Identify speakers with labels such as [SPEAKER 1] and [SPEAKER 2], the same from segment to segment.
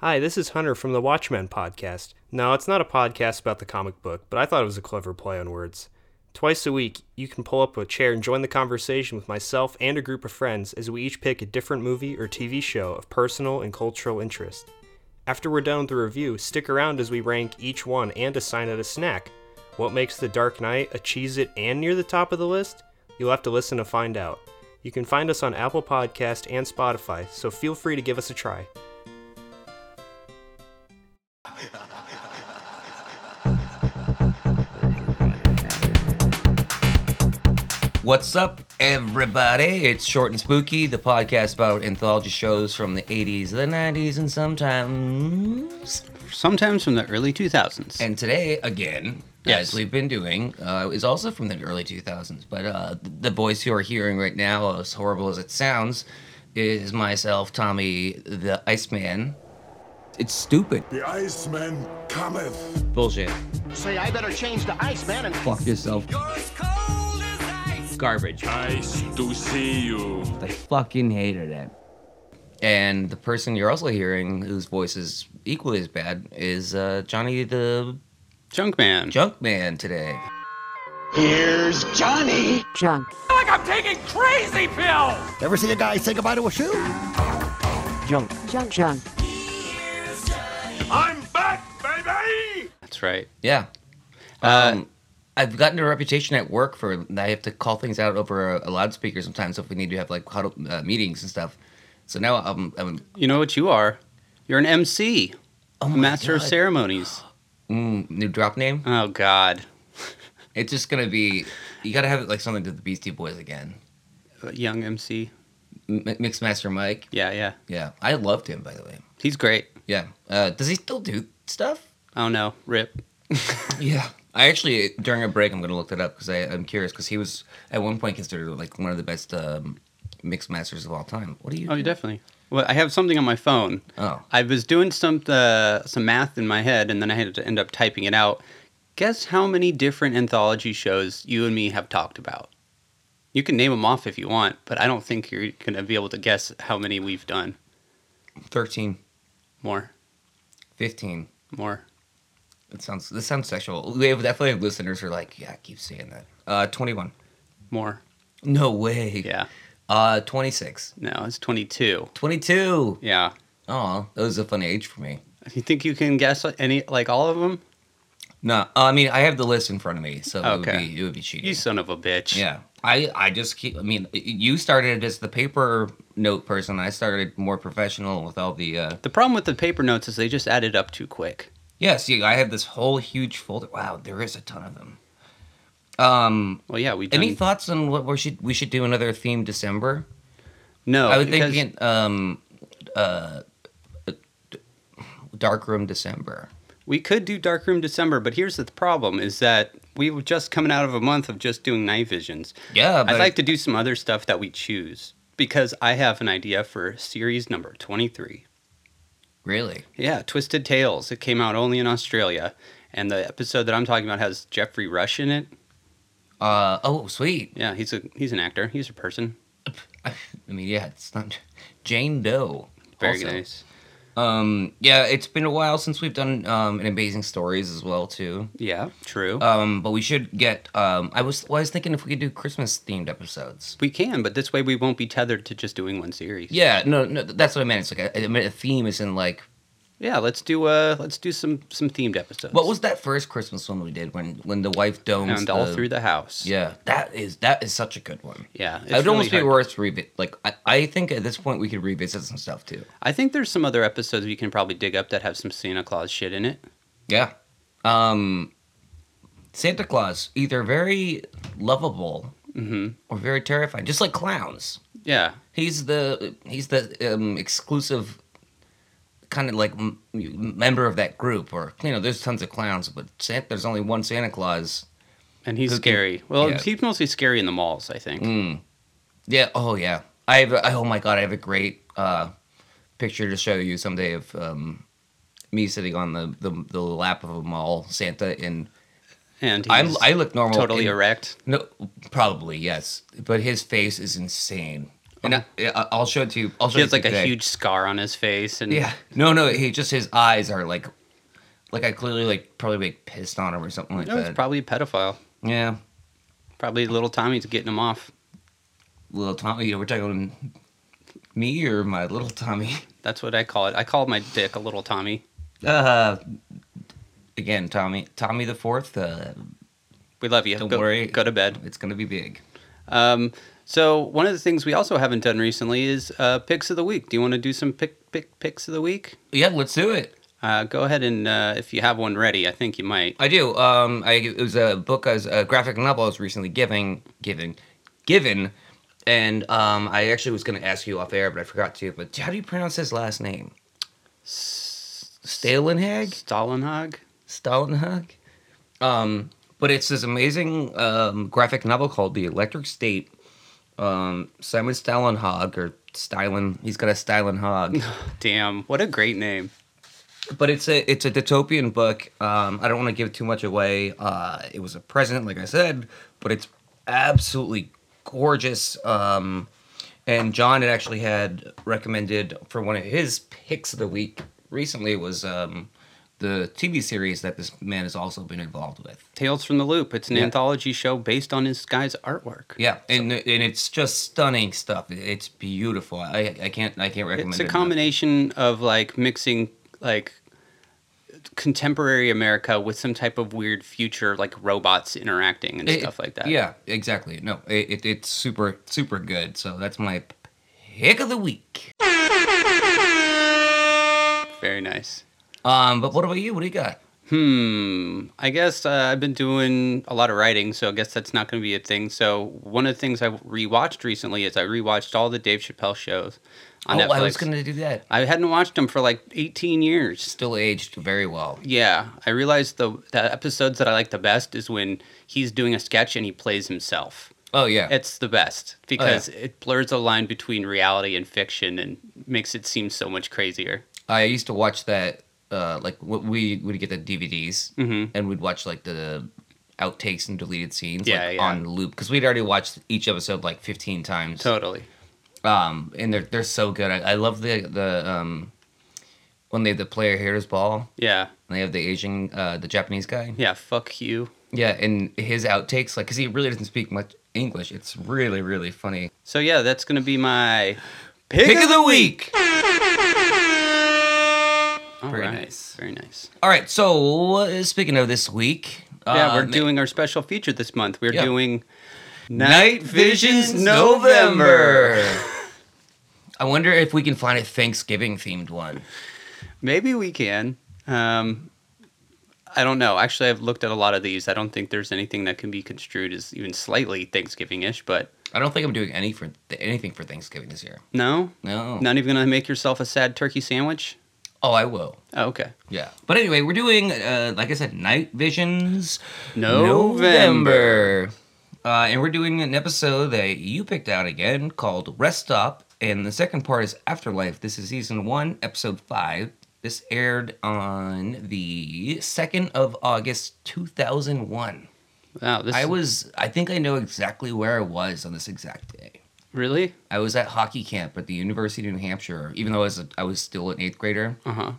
[SPEAKER 1] Hi, this is Hunter from the Watchmen podcast. No, it's not a podcast about the comic book, but I thought it was a clever play on words. Twice a week, you can pull up a chair and join the conversation with myself and a group of friends as we each pick a different movie or TV show of personal and cultural interest. After we're done with the review, stick around as we rank each one and assign it a snack. What makes The Dark Knight a Cheez It and near the top of the list? You'll have to listen to find out. You can find us on Apple Podcast and Spotify, so feel free to give us a try.
[SPEAKER 2] What's up, everybody? It's Short and Spooky, the podcast about anthology shows from the 80s, the 90s, and sometimes.
[SPEAKER 3] sometimes from the early 2000s.
[SPEAKER 2] And today, again,
[SPEAKER 3] Yes.
[SPEAKER 2] as we've been doing, uh, is also from the early 2000s. But uh, the voice you are hearing right now, as horrible as it sounds, is myself, Tommy the Iceman. It's stupid.
[SPEAKER 4] The Iceman cometh.
[SPEAKER 2] Bullshit.
[SPEAKER 5] Say, I better change the Iceman and
[SPEAKER 2] Fuck yourself. Garbage.
[SPEAKER 4] Nice to see you.
[SPEAKER 2] I fucking hated it. And the person you're also hearing, whose voice is equally as bad, is uh, Johnny the
[SPEAKER 3] Junkman.
[SPEAKER 2] Junk Man today.
[SPEAKER 6] junk.
[SPEAKER 5] Ever see a guy say goodbye to a shoe?
[SPEAKER 6] Junk, junk.
[SPEAKER 4] I'm back, baby!
[SPEAKER 3] That's right.
[SPEAKER 2] Yeah.
[SPEAKER 3] Uh,
[SPEAKER 2] Um, I've gotten a reputation at work for I have to call things out over a, a loudspeaker sometimes if we need to have like huddle, uh, meetings and stuff. So now I'm, I'm
[SPEAKER 3] you know what you are? You're an MC,
[SPEAKER 2] oh
[SPEAKER 3] a
[SPEAKER 2] my
[SPEAKER 3] master of
[SPEAKER 2] God.
[SPEAKER 3] ceremonies.
[SPEAKER 2] Mm, new drop name.
[SPEAKER 3] Oh God.
[SPEAKER 2] It's just gonna be you gotta have like something to the Beastie Boys again.
[SPEAKER 3] A Young MC.
[SPEAKER 2] M- Mixmaster Mike.
[SPEAKER 3] Yeah, yeah.
[SPEAKER 2] Yeah, I loved him by the way.
[SPEAKER 3] He's great.
[SPEAKER 2] Yeah. Uh, does he still do stuff?
[SPEAKER 3] Oh no, Rip.
[SPEAKER 2] Yeah. I actually during a break I'm gonna look that up because I'm curious because he was at one point considered like one of the best um, mix masters of all time. What do you?
[SPEAKER 3] Oh, definitely. Well, I have something on my phone.
[SPEAKER 2] Oh.
[SPEAKER 3] I was doing some uh, some math in my head, and then I had to end up typing it out. Guess how many different anthology shows you and me have talked about? You can name them off if you want, but I don't think you're gonna be able to guess how many we've done.
[SPEAKER 2] 13,
[SPEAKER 3] More,
[SPEAKER 2] 15.
[SPEAKER 3] more.
[SPEAKER 2] That sounds. This sounds sexual. We have definitely have listeners who are like, yeah, keep saying that. Uh, 21.
[SPEAKER 3] More.
[SPEAKER 2] No way.
[SPEAKER 3] Yeah.
[SPEAKER 2] Uh, 26.
[SPEAKER 3] No, it's 22.
[SPEAKER 2] 22.
[SPEAKER 3] Yeah.
[SPEAKER 2] Oh, that was a funny age for me.
[SPEAKER 3] You think you can guess any like all of them?
[SPEAKER 2] No, I mean I have the list in front of me, so it
[SPEAKER 3] Okay.
[SPEAKER 2] would be it would be cheating.
[SPEAKER 3] You son of a bitch.
[SPEAKER 2] Yeah. I, I just keep, I mean, you started as the paper note person. I started more professional with all the, uh,
[SPEAKER 3] The problem with the paper notes is they just added up too quick.
[SPEAKER 2] yeah, see, I have this whole huge folder. Wow, there is a ton of them. Um,
[SPEAKER 3] Well, yeah, we.
[SPEAKER 2] any
[SPEAKER 3] done-
[SPEAKER 2] thoughts on what we should, we should do another theme December?
[SPEAKER 3] No,
[SPEAKER 2] I was
[SPEAKER 3] Oh, because-
[SPEAKER 2] thinking, um, uh, Darkroom December.
[SPEAKER 3] We could do Dark Room December, but here's the problem: is that we were just coming out of a month of just doing night visions.
[SPEAKER 2] Yeah, but
[SPEAKER 3] I'd like to do some other stuff that we choose because I have an idea for series number twenty-three.
[SPEAKER 2] really,
[SPEAKER 3] Yeah, Twisted Tales. It came out only in Australia, and the episode that I'm talking about has Jeffrey Rush in it.
[SPEAKER 2] uh, oh, sweet.
[SPEAKER 3] Yeah, he's a he's an actor. He's a person.
[SPEAKER 2] I mean, yeah, it's not Jane Doe.
[SPEAKER 3] Very
[SPEAKER 2] also.
[SPEAKER 3] nice.
[SPEAKER 2] Um, yeah, it's been a while since we've done um, an amazing stories as well too.
[SPEAKER 3] Yeah, true. Uh,
[SPEAKER 2] Um, but we should get. Um, I was well, I was thinking if we could do Christmas themed episodes.
[SPEAKER 3] we can, but this way we won't be tethered to just doing one series.
[SPEAKER 2] Yeah, no, no, that's what I meant. It's like a, I meant a theme is in like
[SPEAKER 3] Yeah, let's do uh let's do some some themed episodes.
[SPEAKER 2] what was that first Christmas one we did when when the wife domes
[SPEAKER 3] and all
[SPEAKER 2] the-
[SPEAKER 3] through the house.
[SPEAKER 2] Yeah, that is that is such a good one.
[SPEAKER 3] Yeah.
[SPEAKER 2] It would almost
[SPEAKER 3] really
[SPEAKER 2] be
[SPEAKER 3] hard.
[SPEAKER 2] worth revisit. Like I, I think at this point we could revisit some stuff too.
[SPEAKER 3] I think there's some other episodes we can probably dig up that have some Santa Claus shit in it.
[SPEAKER 2] Yeah. Um Santa Claus, either very lovable
[SPEAKER 3] Mm-hmm.
[SPEAKER 2] or very terrifying, just like clowns.
[SPEAKER 3] Yeah.
[SPEAKER 2] He's the he's the um, exclusive kind of like m- member of that group, or you know, there's tons of clowns, but Santa, there's only one Santa Claus.
[SPEAKER 3] And he's
[SPEAKER 2] Okay.
[SPEAKER 3] scary. Well,
[SPEAKER 2] Yeah. Mm.
[SPEAKER 3] he's mostly scary in the malls, I think.
[SPEAKER 2] Yeah. Oh yeah. I have. I, oh my God. I have a great uh, picture to show you someday of um, me sitting on the, the the lap of a mall Santa, and
[SPEAKER 3] And he's
[SPEAKER 2] I'm, I look normal.
[SPEAKER 3] totally
[SPEAKER 2] in-
[SPEAKER 3] erect.
[SPEAKER 2] No, probably yes, but his face is insane. And I, I- I'll show it to you. I'll show
[SPEAKER 3] Um, He
[SPEAKER 2] you
[SPEAKER 3] has like a
[SPEAKER 2] today.
[SPEAKER 3] huge scar on his face, and
[SPEAKER 2] Yeah. No, no. He just his eyes are like, like I clearly like probably like pissed on him or something like
[SPEAKER 3] no,
[SPEAKER 2] that.
[SPEAKER 3] he's probably a pedophile.
[SPEAKER 2] yeah.
[SPEAKER 3] Probably little Tommy's getting him off.
[SPEAKER 2] Little Tommy. You know, we're talking me or my little Tommy.
[SPEAKER 3] That's what I call it. I call my dick a little Tommy,
[SPEAKER 2] Uh, again, Tommy. Tommy the fourth. Uh,
[SPEAKER 3] We love you.
[SPEAKER 2] Don't
[SPEAKER 3] go,
[SPEAKER 2] worry.
[SPEAKER 3] Go to bed.
[SPEAKER 2] it's gonna be big.
[SPEAKER 3] Um, so one of the things we also haven't done recently is uh, picks of the week. Do you want to do some pick pick picks of the week?
[SPEAKER 2] Yeah, let's do it.
[SPEAKER 3] Uh, go ahead and uh, if you have one ready, I think you might.
[SPEAKER 2] I do. Um, I it was a book, I was a graphic novel I was recently giving, giving, given, and um, I actually was going to ask you off air, but I forgot to. But how do you pronounce his last name? Stalenhag,
[SPEAKER 3] Stalinhog.
[SPEAKER 2] Stalenhag. Um, but it's this amazing um, graphic novel called The Electric State. Um, Simon Stalenhag or Stylen, he's got a Stalenhag.
[SPEAKER 3] Damn, what a great name.
[SPEAKER 2] but it's a it's a dystopian book. Um, I don't want to give too much away. Uh, it was a present, like I said, but it's absolutely gorgeous. Um, and John had actually had recommended for one of his picks of the week recently was um, the TV series that this man has also been involved with.
[SPEAKER 3] Tales from the Loop. It's an
[SPEAKER 2] Yeah.
[SPEAKER 3] anthology show based on this guy's artwork.
[SPEAKER 2] Yeah, and and it's just stunning stuff. It's beautiful. I I can't I can't recommend.
[SPEAKER 3] It's a
[SPEAKER 2] it enough.
[SPEAKER 3] combination of like mixing like contemporary America with some type of weird future, like robots interacting and
[SPEAKER 2] It-
[SPEAKER 3] stuff like that.
[SPEAKER 2] Yeah, exactly. No, it, it, it's super super good. So that's my pick of the week.
[SPEAKER 3] very nice.
[SPEAKER 2] Um, but what about you? What do you got?
[SPEAKER 3] Hmm. I guess uh, I've been doing a lot of writing, so I guess that's not going to be a thing. So one of the things I rewatched recently is I rewatched all the Dave Chappelle shows on
[SPEAKER 2] oh,
[SPEAKER 3] Netflix.
[SPEAKER 2] I was gonna do that.
[SPEAKER 3] I hadn't watched them for like 18 years.
[SPEAKER 2] Still aged very well.
[SPEAKER 3] Yeah, I realized the the episodes that I like the best is when he's doing a sketch and he plays himself.
[SPEAKER 2] Oh yeah,
[SPEAKER 3] It's the
[SPEAKER 2] Oh,
[SPEAKER 3] best because it blurs the line between reality and fiction and makes it seem so much crazier.
[SPEAKER 2] I used to watch that. Uh, like what we would get the DVDs
[SPEAKER 3] Mm-hmm.
[SPEAKER 2] and we'd watch like the outtakes and deleted scenes
[SPEAKER 3] Yeah,
[SPEAKER 2] like,
[SPEAKER 3] yeah.
[SPEAKER 2] on loop because we'd already watched each episode like 15 times.
[SPEAKER 3] Totally.
[SPEAKER 2] Um, and they're they're so good. I, I love the the um when they have the player hears ball.
[SPEAKER 3] Yeah.
[SPEAKER 2] And they have the Asian, uh, the Japanese guy.
[SPEAKER 3] Yeah, fuck you.
[SPEAKER 2] Yeah, and his outtakes, like, because he really doesn't speak much English. It's really, really funny.
[SPEAKER 3] So yeah, that's going to be my
[SPEAKER 2] Pick, of the week.
[SPEAKER 3] All
[SPEAKER 2] Very
[SPEAKER 3] right.
[SPEAKER 2] nice.
[SPEAKER 3] Very nice.
[SPEAKER 2] All right. So uh, speaking of this week,
[SPEAKER 3] Yeah,
[SPEAKER 2] uh,
[SPEAKER 3] we're
[SPEAKER 2] ma-
[SPEAKER 3] doing our special feature this month. We're
[SPEAKER 2] Yeah.
[SPEAKER 3] doing
[SPEAKER 2] Night Visions November. I wonder if we can find a Thanksgiving themed one.
[SPEAKER 3] Maybe we can. Um, I don't know. Actually, I've looked at a lot of these. I don't think there's anything that can be construed as even slightly Thanksgiving-ish. But
[SPEAKER 2] I don't think I'm doing any for anything for Thanksgiving this year.
[SPEAKER 3] no,
[SPEAKER 2] No.
[SPEAKER 3] not even gonna make yourself a sad turkey sandwich.
[SPEAKER 2] Oh, I will.
[SPEAKER 3] Oh, okay.
[SPEAKER 2] Yeah. But anyway, we're doing, uh, like I said, Night Visions
[SPEAKER 3] November.
[SPEAKER 2] Uh, and we're doing an episode that you picked out again called Rest Stop. And the second part is Afterlife. This is season one, episode five. This aired on the 2nd of August, 2001.
[SPEAKER 3] Wow, this
[SPEAKER 2] I was, I think I know exactly where I was on this exact day.
[SPEAKER 3] really.
[SPEAKER 2] I was at hockey camp at the University of New Hampshire, even though I was, a, I was still an eighth grader.
[SPEAKER 3] Uh huh.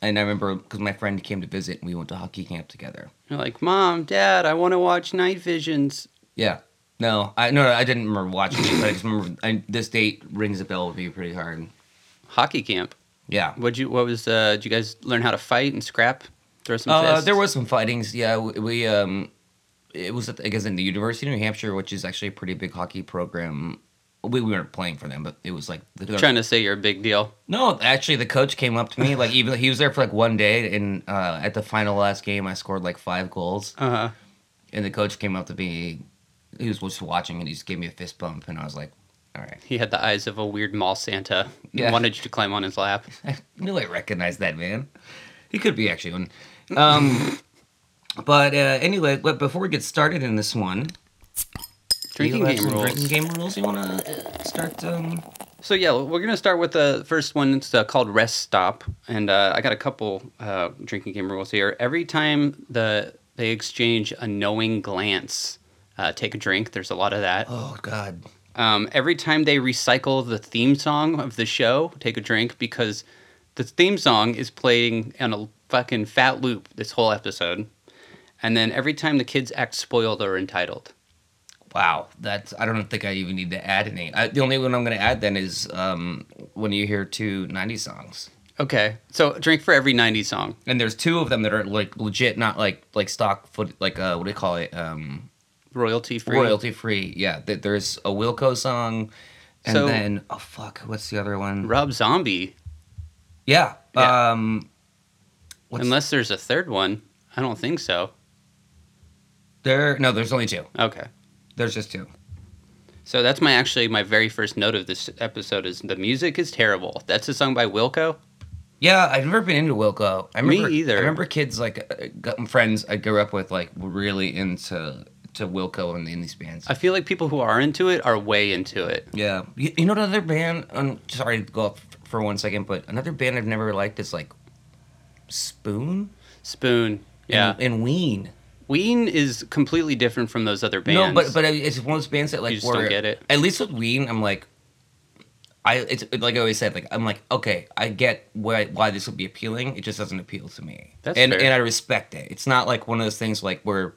[SPEAKER 2] And I remember because my friend came to visit and we went to hockey camp together.
[SPEAKER 3] You're like, mom, dad, I want to watch Night Visions.
[SPEAKER 2] Yeah. No, I no, I didn't remember watching it, but I just remember I, this date rings a bell with me pretty hard.
[SPEAKER 3] Hockey camp.
[SPEAKER 2] Yeah.
[SPEAKER 3] What you? What was? Uh, did you guys learn how to fight and scrap? Throw some.
[SPEAKER 2] Uh,
[SPEAKER 3] fists?
[SPEAKER 2] there was some fightings. Yeah, we, we um, it was at, I guess in the University of New Hampshire, which is actually a pretty big hockey program. We, we weren't playing for them, but it was like the
[SPEAKER 3] trying to say you're a big deal.
[SPEAKER 2] No, actually, the coach came up to me like even he was there for like one day, and uh, at the final last game, I scored like five goals,
[SPEAKER 3] Uh huh.
[SPEAKER 2] and the coach came up to me. He was just watching, and he just gave me a fist bump, and I was like, "All right."
[SPEAKER 3] He had the eyes of a weird mall Santa.
[SPEAKER 2] Yeah.
[SPEAKER 3] Wanted you to climb on his lap.
[SPEAKER 2] I knew I recognized that man. He could be actually one. Um, but uh, anyway, but before we get started in this one, do you
[SPEAKER 3] Drinking
[SPEAKER 2] have
[SPEAKER 3] game
[SPEAKER 2] some
[SPEAKER 3] rules.
[SPEAKER 2] Drinking game rules. You want to start? Um,
[SPEAKER 3] So yeah, we're gonna start with the first one. It's uh, called rest stop, and uh, I got a couple uh, drinking game rules here. Every time the they exchange a knowing glance, uh, take a drink. There's a lot of that.
[SPEAKER 2] oh God,
[SPEAKER 3] um, every time they recycle the theme song of the show, take a drink because the theme song is playing on a fucking fat loop this whole episode. And then every time the kids act spoiled or entitled.
[SPEAKER 2] Wow, that's I don't think I even need to add any. I, the only one I'm going to add then is um, when you hear two '90s songs,
[SPEAKER 3] Okay, so drink for every 90s song.
[SPEAKER 2] and there's two of them that are like legit, not like like stock foot, like uh, what do you call it? Um,
[SPEAKER 3] Royalty free.
[SPEAKER 2] Royalty free. Yeah, th- there's a Wilco song, and
[SPEAKER 3] So-
[SPEAKER 2] then oh fuck, what's the other one?
[SPEAKER 3] Rob Zombie.
[SPEAKER 2] yeah,
[SPEAKER 3] Yeah.
[SPEAKER 2] Um, what's
[SPEAKER 3] Unless there's a third one. I don't think so.
[SPEAKER 2] there? No, there's only two.
[SPEAKER 3] Okay.
[SPEAKER 2] There's just two.
[SPEAKER 3] So that's my actually my very first note of this episode is the music is terrible. That's a song by Wilco.
[SPEAKER 2] Yeah, I've never been into Wilco. I
[SPEAKER 3] Me
[SPEAKER 2] remember,
[SPEAKER 3] either.
[SPEAKER 2] I remember kids like uh, got- friends I grew up with like were really into to Wilco and in these bands.
[SPEAKER 3] I feel like people who are into it are way into it.
[SPEAKER 2] yeah, you, you know another band. I'm sorry to go off for one second, but another band I've never liked is like Spoon.
[SPEAKER 3] Spoon. Yeah.
[SPEAKER 2] and, and Ween.
[SPEAKER 3] Ween is completely different from those other bands.
[SPEAKER 2] No, but but it's one of those bands that like
[SPEAKER 3] just don't
[SPEAKER 2] were-
[SPEAKER 3] get it.
[SPEAKER 2] At least with Ween, I'm like, I it's like I always said, like I'm like okay, I get why why this would be appealing. It just doesn't appeal to me.
[SPEAKER 3] That's
[SPEAKER 2] and
[SPEAKER 3] fair.
[SPEAKER 2] and I respect it. It's not like one of those things like where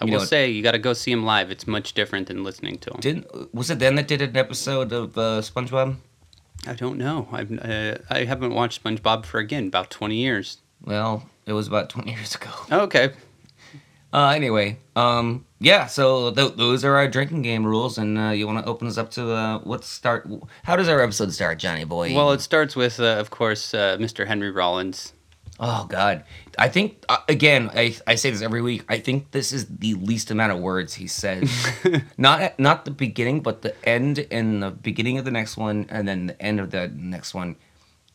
[SPEAKER 3] I
[SPEAKER 2] you
[SPEAKER 3] will
[SPEAKER 2] know-
[SPEAKER 3] say you got to go see them live. It's much different than listening to them.
[SPEAKER 2] didn't was it then that did an episode of uh, SpongeBob?
[SPEAKER 3] I don't know. I've, uh, I haven't watched SpongeBob for again about twenty years.
[SPEAKER 2] Well, it was about twenty years ago.
[SPEAKER 3] Okay,
[SPEAKER 2] Uh, anyway, um, yeah. So th- those are our drinking game rules, and uh, you want to open us up to uh, what start? How does our episode start, Johnny Boy?
[SPEAKER 3] Well, it starts with, uh, of course, uh, Mr. Henry Rollins.
[SPEAKER 2] Oh God! I think uh, again. I, I say this every week. I think this is the least amount of words he says. not at, not the beginning, but the end and the beginning of the next one, and then the end of the next one.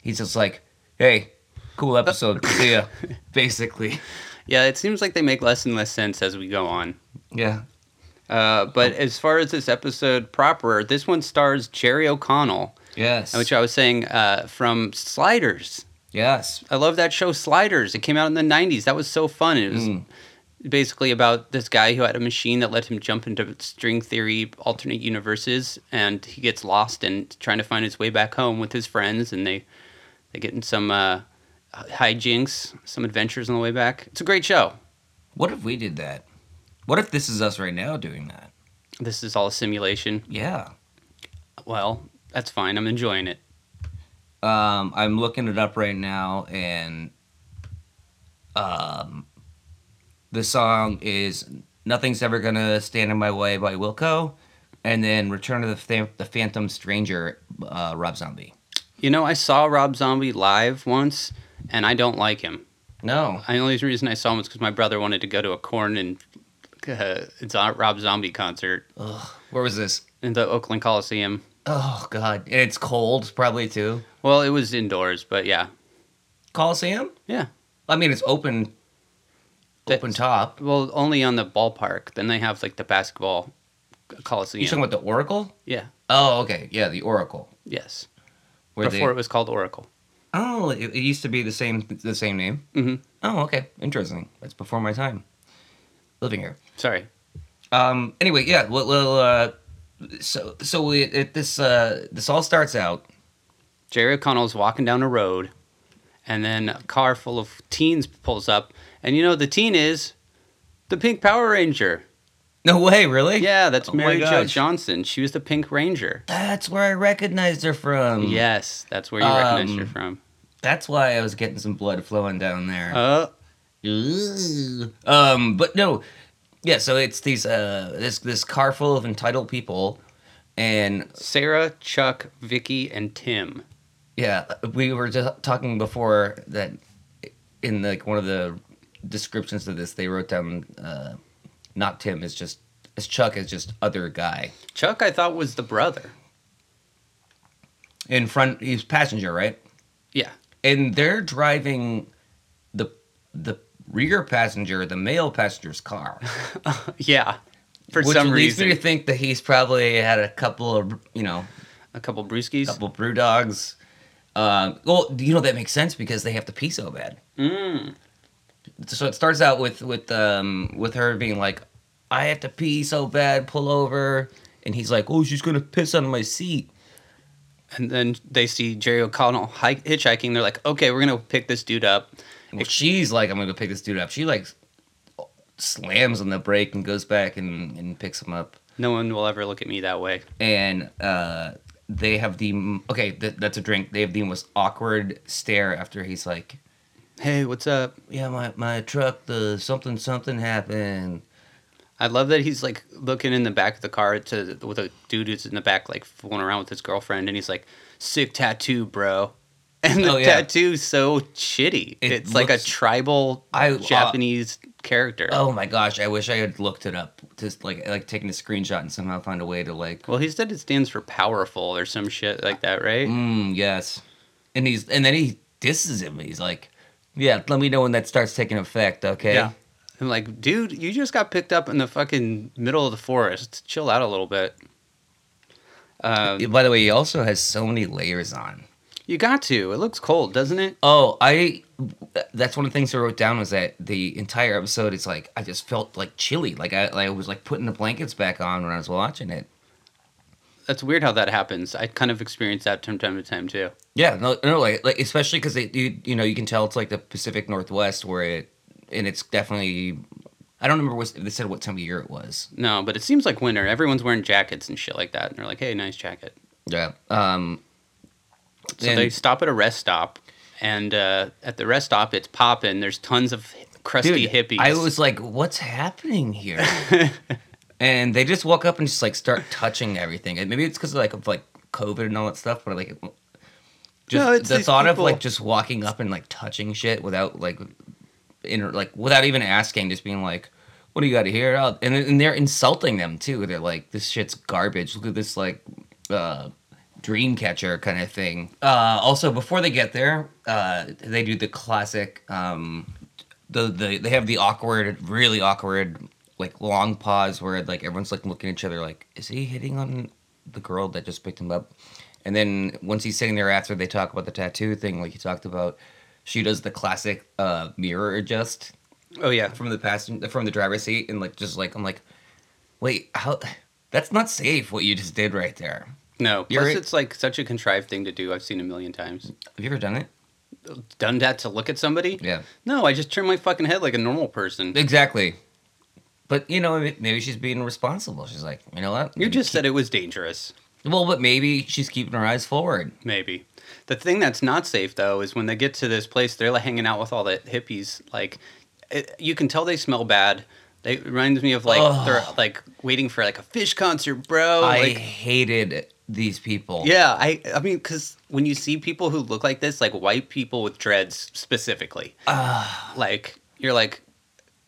[SPEAKER 2] He's just like, "Hey, cool episode. See ya." Basically,
[SPEAKER 3] Yeah, it seems like they make less and less sense as we go on.
[SPEAKER 2] yeah.
[SPEAKER 3] Uh, but as far as this episode proper, this one stars Jerry O'Connell,
[SPEAKER 2] Yes.
[SPEAKER 3] which I was saying uh, from Sliders.
[SPEAKER 2] yes.
[SPEAKER 3] I love that show Sliders. It came out in the 90s. That was so fun. It was basically about this guy who had a machine that let him jump into string theory alternate universes and he gets lost and trying to find his way back home with his friends and they they get in some uh hijinks, some adventures on the way back. It's a great show.
[SPEAKER 2] What if we did that? What if this is us right now doing that?
[SPEAKER 3] This is all a simulation.
[SPEAKER 2] Yeah.
[SPEAKER 3] Well, that's fine. I'm enjoying it.
[SPEAKER 2] Um, I'm looking it up right now, and um, the song is "Nothing's Ever Gonna Stand in My Way" by Wilco, and then "Return of the, Phan- the Phantom Stranger" uh, Rob Zombie.
[SPEAKER 3] You know, I saw Rob Zombie live once and I don't like him.
[SPEAKER 2] No,
[SPEAKER 3] The only reason I saw him was because my brother wanted to go to a Corn and uh, Zo- Rob Zombie concert
[SPEAKER 2] where was this?
[SPEAKER 3] in the Oakland Coliseum.
[SPEAKER 2] Oh God, and it's cold probably too.
[SPEAKER 3] Well, it was indoors, but yeah,
[SPEAKER 2] Coliseum?
[SPEAKER 3] yeah.
[SPEAKER 2] I mean, it's open, open
[SPEAKER 3] That's-
[SPEAKER 2] top.
[SPEAKER 3] Well, only on the ballpark. Then they have like the basketball Coliseum.
[SPEAKER 2] You talking about the Oracle?
[SPEAKER 3] yeah.
[SPEAKER 2] Oh, okay, yeah, the Oracle.
[SPEAKER 3] Yes.
[SPEAKER 2] Where
[SPEAKER 3] Before
[SPEAKER 2] they-
[SPEAKER 3] it was called Oracle.
[SPEAKER 2] Oh, it, it used to be the same the same name.
[SPEAKER 3] Mhm.
[SPEAKER 2] Oh, okay, interesting. That's before my time. Living here.
[SPEAKER 3] Sorry.
[SPEAKER 2] Um. Anyway, yeah. Well, well uh, so so we, it, this uh this all starts out.
[SPEAKER 3] Jerry O'Connell's walking down a road, and then a car full of teens pulls up, and you know the teen is the Pink Power Ranger.
[SPEAKER 2] No way, really?
[SPEAKER 3] Yeah, that's
[SPEAKER 2] Oh my
[SPEAKER 3] Mary Jo
[SPEAKER 2] gosh.
[SPEAKER 3] Johnson. She was the Pink Ranger.
[SPEAKER 2] That's where I recognized her from.
[SPEAKER 3] Yes, that's where you recognize her
[SPEAKER 2] Hmm. Um,
[SPEAKER 3] from.
[SPEAKER 2] That's why I was getting some blood flowing down there.
[SPEAKER 3] Uh,
[SPEAKER 2] Ooh. Um, but no, yeah. So it's these uh this this car full of entitled people, and
[SPEAKER 3] Sarah, Chuck, Vicky, and Tim.
[SPEAKER 2] Yeah, we were just talking before that in like one of the descriptions of this, they wrote down uh, not Tim is just as Chuck is just other guy
[SPEAKER 3] Chuck, I thought was the brother.
[SPEAKER 2] in front. He's passenger, right?
[SPEAKER 3] Yeah,
[SPEAKER 2] And they're driving the the rear passenger, the male passenger's car,
[SPEAKER 3] yeah. For
[SPEAKER 2] which
[SPEAKER 3] some
[SPEAKER 2] leads
[SPEAKER 3] reason,
[SPEAKER 2] me to think that he's probably had a couple of you know
[SPEAKER 3] a couple brewskis.
[SPEAKER 2] couple brew dogs. Um, well, you know that makes sense because they have to pee so bad. So it starts out with with um, with her being like, "I have to pee so bad, pull over," and he's like, "Oh, she's gonna piss on my seat."
[SPEAKER 3] And then they see Jerry O'Connell hike, hitchhiking. They're like, okay, we're going to pick this dude up.
[SPEAKER 2] Well, she's like, "I'm gonna go pick this dude up." She like slams on the brake and goes back and, and picks him up.
[SPEAKER 3] No one will ever look at me that way.
[SPEAKER 2] and uh, they have the m- okay. Th- that's a drink. They have the most awkward stare after he's like,
[SPEAKER 3] Hey, what's up?
[SPEAKER 2] "Yeah, my my truck, the something something happened."
[SPEAKER 3] I love that he's like looking in the back of the car to with a dude who's in the back, like fooling around with his girlfriend, and he's like, "Sick tattoo, bro." And the
[SPEAKER 2] Oh, yeah.
[SPEAKER 3] tattoo's so shitty.
[SPEAKER 2] It
[SPEAKER 3] it's like a
[SPEAKER 2] looks-
[SPEAKER 3] tribal
[SPEAKER 2] I- uh,
[SPEAKER 3] Japanese character.
[SPEAKER 2] Oh my gosh! I wish I had looked it up. Just like like taking a screenshot and somehow find a way to like.
[SPEAKER 3] Well, he said it stands for powerful or some shit like that, right?
[SPEAKER 2] Mm, yes, and he's and then he disses him. He's like, "Yeah, let me know when that starts taking effect." Okay.
[SPEAKER 3] Yeah. I'm like, dude, you just got picked up in the fucking middle of the forest. Chill out a little bit. Um,
[SPEAKER 2] Uh, By the way, he also has so many layers on.
[SPEAKER 3] you got to. It looks cold, doesn't it?
[SPEAKER 2] Oh, I. That's one of the things I wrote down was that the entire episode is like I just felt like chilly, like I, I was like putting the blankets back on when I was watching it.
[SPEAKER 3] That's weird how that happens. I kind of experience that from time to time too.
[SPEAKER 2] Yeah, no, no, like, like especially because they, you, you know, you can tell it's like the Pacific Northwest where it, and it's definitely. I don't remember what they said what time of year it was.
[SPEAKER 3] No, but it seems like winter. Everyone's wearing jackets and shit like that, and they're like, "Hey, nice jacket."
[SPEAKER 2] Yeah. Um.
[SPEAKER 3] So
[SPEAKER 2] and-
[SPEAKER 3] they stop at a rest stop, and uh, at the rest stop, it's popping. There's tons of crusty
[SPEAKER 2] Dude,
[SPEAKER 3] hippies.
[SPEAKER 2] I was like, "What's happening here?" and they just walk up and just like start touching everything. And maybe it's because like of like COVID and all that stuff, but like, just
[SPEAKER 3] No, it's
[SPEAKER 2] the
[SPEAKER 3] these
[SPEAKER 2] thought of
[SPEAKER 3] people.
[SPEAKER 2] like just walking up and like touching shit without like, inter- like without even asking, just being like, "What do you got here?" Oh, And and they're insulting them too. They're like, "This shit's garbage. Look at this like." uh dream catcher kind of thing. Uh, also, before they get there, uh, they do the classic. Um, the, the they have the awkward, really awkward, like long pause where like everyone's like looking at each other, like, is he hitting on the girl that just picked him up? And then once he's sitting there after, they talk about the tattoo thing, like you talked about. She does the classic uh, mirror adjust
[SPEAKER 3] "Oh yeah,
[SPEAKER 2] from the passenger from the driver's seat, and like just like I'm like, wait, how? That's not safe. What you just did right there.
[SPEAKER 3] no."
[SPEAKER 2] You're
[SPEAKER 3] Plus,
[SPEAKER 2] right.
[SPEAKER 3] it's like such a contrived thing to do. I've seen a million times.
[SPEAKER 2] Have you ever done it?
[SPEAKER 3] Done that to look at somebody?
[SPEAKER 2] Yeah.
[SPEAKER 3] No, I just turn my fucking head like a normal person.
[SPEAKER 2] Exactly. But you know, may- maybe she's being responsible. She's like, you know what?
[SPEAKER 3] You just said it was dangerous.
[SPEAKER 2] well, but maybe she's keeping her eyes forward.
[SPEAKER 3] Maybe. The thing that's not safe though is when they get to this place, they're like hanging out with all the hippies. Like, it, you can tell they smell bad. They it reminds me of like
[SPEAKER 2] Ugh.
[SPEAKER 3] they're like waiting for like a fish concert, bro.
[SPEAKER 2] I
[SPEAKER 3] like,
[SPEAKER 2] hated these people.
[SPEAKER 3] yeah, I I mean, because when you see people who look like this, like white people with dreads specifically, like you're like,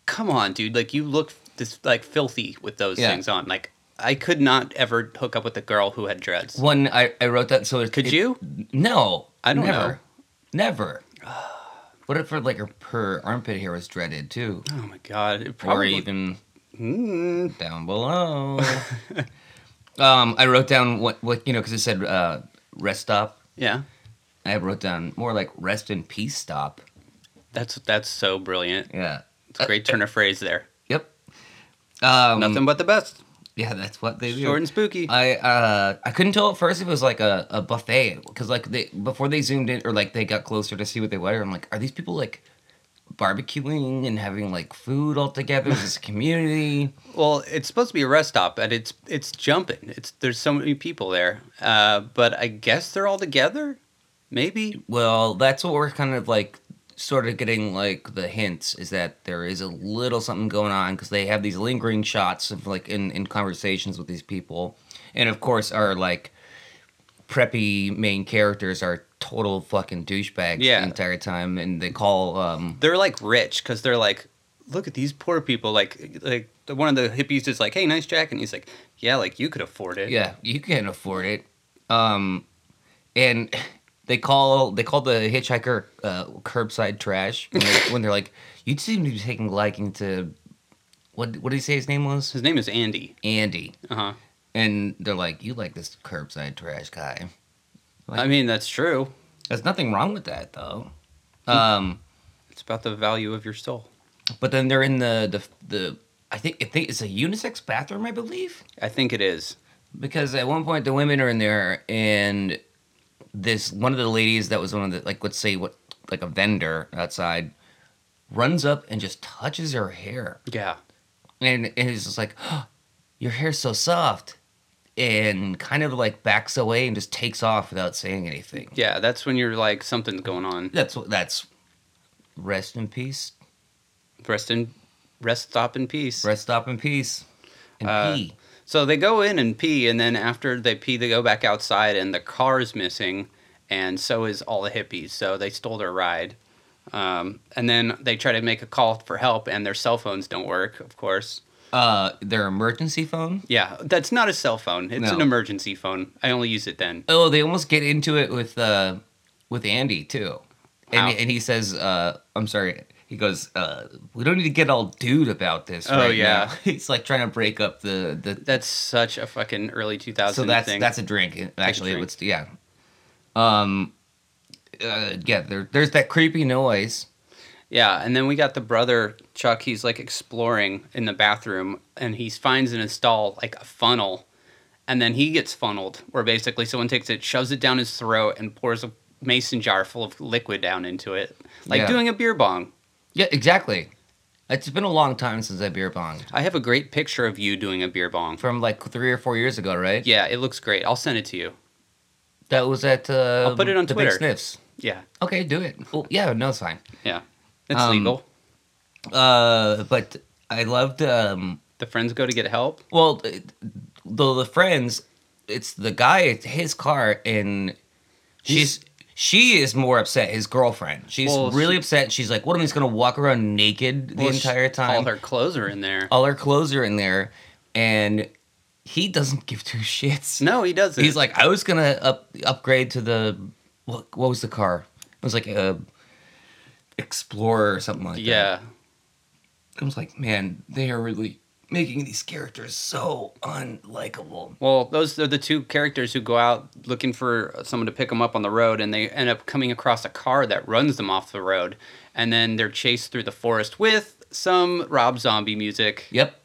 [SPEAKER 3] come on, dude. Like you look this like filthy with those
[SPEAKER 2] Yeah.
[SPEAKER 3] things on. Like I could not ever hook up with a girl who had dreads.
[SPEAKER 2] One, I, I wrote that. So it,
[SPEAKER 3] Could
[SPEAKER 2] it-
[SPEAKER 3] you?
[SPEAKER 2] No,
[SPEAKER 3] I don't
[SPEAKER 2] never,
[SPEAKER 3] know.
[SPEAKER 2] Never. What if her like her, her armpit hair was dreaded too,
[SPEAKER 3] Oh my god, it
[SPEAKER 2] or
[SPEAKER 3] probably.
[SPEAKER 2] even
[SPEAKER 3] Mm.
[SPEAKER 2] down below? um, I wrote down what what you know because it said uh, rest stop.
[SPEAKER 3] Yeah,
[SPEAKER 2] I wrote down more like rest in peace stop.
[SPEAKER 3] that's that's so brilliant.
[SPEAKER 2] Yeah.
[SPEAKER 3] It's a great
[SPEAKER 2] Uh,
[SPEAKER 3] turn of phrase there.
[SPEAKER 2] Yep. Um,
[SPEAKER 3] Nothing but the best.
[SPEAKER 2] Yeah, that's what they do.
[SPEAKER 3] Short and spooky.
[SPEAKER 2] I uh, I couldn't tell at first if it was like a, a buffet because like they before they zoomed in or like they got closer to see what they were. I'm like, are these people like barbecuing and having like food all together? Is this a community?
[SPEAKER 3] well, it's supposed to be a rest stop, and it's it's jumping. It's there's so many people there, uh, but I guess they're all together. Maybe
[SPEAKER 2] Well, that's what we're kind of like sort of getting like the hints is that there is a little something going on because they have these lingering shots of like in, in conversations with these people and of course our like preppy main characters are total fucking douchebags
[SPEAKER 3] Yeah.
[SPEAKER 2] the entire time and they call um
[SPEAKER 3] they're like rich because they're like, look at these poor people. Like like the- one of the hippies is like, hey, nice jacket. And he's like, yeah, like you could afford it.
[SPEAKER 2] yeah you can't afford it um and they call they call the hitchhiker uh, curbside trash when, they, when they're like you seem to be taking liking to what what did he say his name was
[SPEAKER 3] His name is Andy.
[SPEAKER 2] Andy.
[SPEAKER 3] Uh huh.
[SPEAKER 2] And they're like, you like this curbside trash guy. Like-
[SPEAKER 3] I mean, that's true.
[SPEAKER 2] There's nothing wrong with that, though. Um,
[SPEAKER 3] It's about the value of your soul.
[SPEAKER 2] but then they're in the, the, the I think, I think it's a unisex bathroom, I believe.
[SPEAKER 3] I think it is.
[SPEAKER 2] because at one point the women are in there and this one of the ladies that was one of the like let's say what like a vendor outside runs up and just touches her hair
[SPEAKER 3] Yeah.
[SPEAKER 2] and and he's just like, oh, "Your hair's so soft," and kind of like backs away and just takes off without saying anything.
[SPEAKER 3] Yeah, that's when you're like, something's going on.
[SPEAKER 2] That's what that's. Rest in peace.
[SPEAKER 3] Rest in, rest, stop in peace.
[SPEAKER 2] Rest stop in peace. And pee.
[SPEAKER 3] So they go in and pee, and then after they pee, they go back outside, and the car's missing, and so is all the hippies. So they stole their ride. Um, and then they try to make a call for help, and their cell phones don't work, of course.
[SPEAKER 2] Uh, their emergency phone.
[SPEAKER 3] Yeah, that's not a cell phone. It's
[SPEAKER 2] No.
[SPEAKER 3] an emergency phone. I only use it then.
[SPEAKER 2] Oh, they almost get into it with uh, with Andy too, and
[SPEAKER 3] How?
[SPEAKER 2] and he says, uh, "I'm sorry." He goes, uh, "We don't need to get all dude about this."
[SPEAKER 3] Oh,
[SPEAKER 2] right
[SPEAKER 3] yeah.
[SPEAKER 2] now." he's like trying to break up the the
[SPEAKER 3] That's such a fucking early 2000s
[SPEAKER 2] so that's
[SPEAKER 3] thing.
[SPEAKER 2] that's a drink it- actually
[SPEAKER 3] drink.
[SPEAKER 2] it's yeah um uh, yeah there, there's that creepy noise
[SPEAKER 3] Yeah, and then we got the brother Chuck. He's like exploring in the bathroom, and he finds in a stall like a funnel, and then he gets funneled, where basically someone takes it, shoves it down his throat, and pours a mason jar full of liquid down into it, like
[SPEAKER 2] Yeah.
[SPEAKER 3] doing a beer bong.
[SPEAKER 2] yeah exactly it's been a long time since i beer bonged
[SPEAKER 3] I have a great picture of you doing a beer bong.
[SPEAKER 2] from like three or four years ago right
[SPEAKER 3] Yeah, it looks great. I'll send it to you.
[SPEAKER 2] that was at uh
[SPEAKER 3] I'll put it on
[SPEAKER 2] the
[SPEAKER 3] Twitter.
[SPEAKER 2] big sniffs
[SPEAKER 3] Yeah,
[SPEAKER 2] okay do it well, yeah no it's fine
[SPEAKER 3] yeah, it's
[SPEAKER 2] Um,
[SPEAKER 3] legal.
[SPEAKER 2] uh but i loved um
[SPEAKER 3] The friends go to get help.
[SPEAKER 2] well though the friends it's the guy it's his car and she's she is more upset his girlfriend she's
[SPEAKER 3] Well,
[SPEAKER 2] really
[SPEAKER 3] she-
[SPEAKER 2] upset she's like what am i just gonna walk around naked the
[SPEAKER 3] Well, sh-
[SPEAKER 2] entire time
[SPEAKER 3] all their clothes are in there.
[SPEAKER 2] all her clothes are in there and he doesn't give two shits
[SPEAKER 3] No, he doesn't.
[SPEAKER 2] he's like i was gonna up upgrade to the what, what was the car it was like a explorer or something like that
[SPEAKER 3] yeah,
[SPEAKER 2] i was like man they are really making these characters so unlikable
[SPEAKER 3] Well, those are the two characters who go out looking for someone to pick them up on the road, and they end up coming across a car that runs them off the road, and then they're chased through the forest with some Rob Zombie music.
[SPEAKER 2] Yep.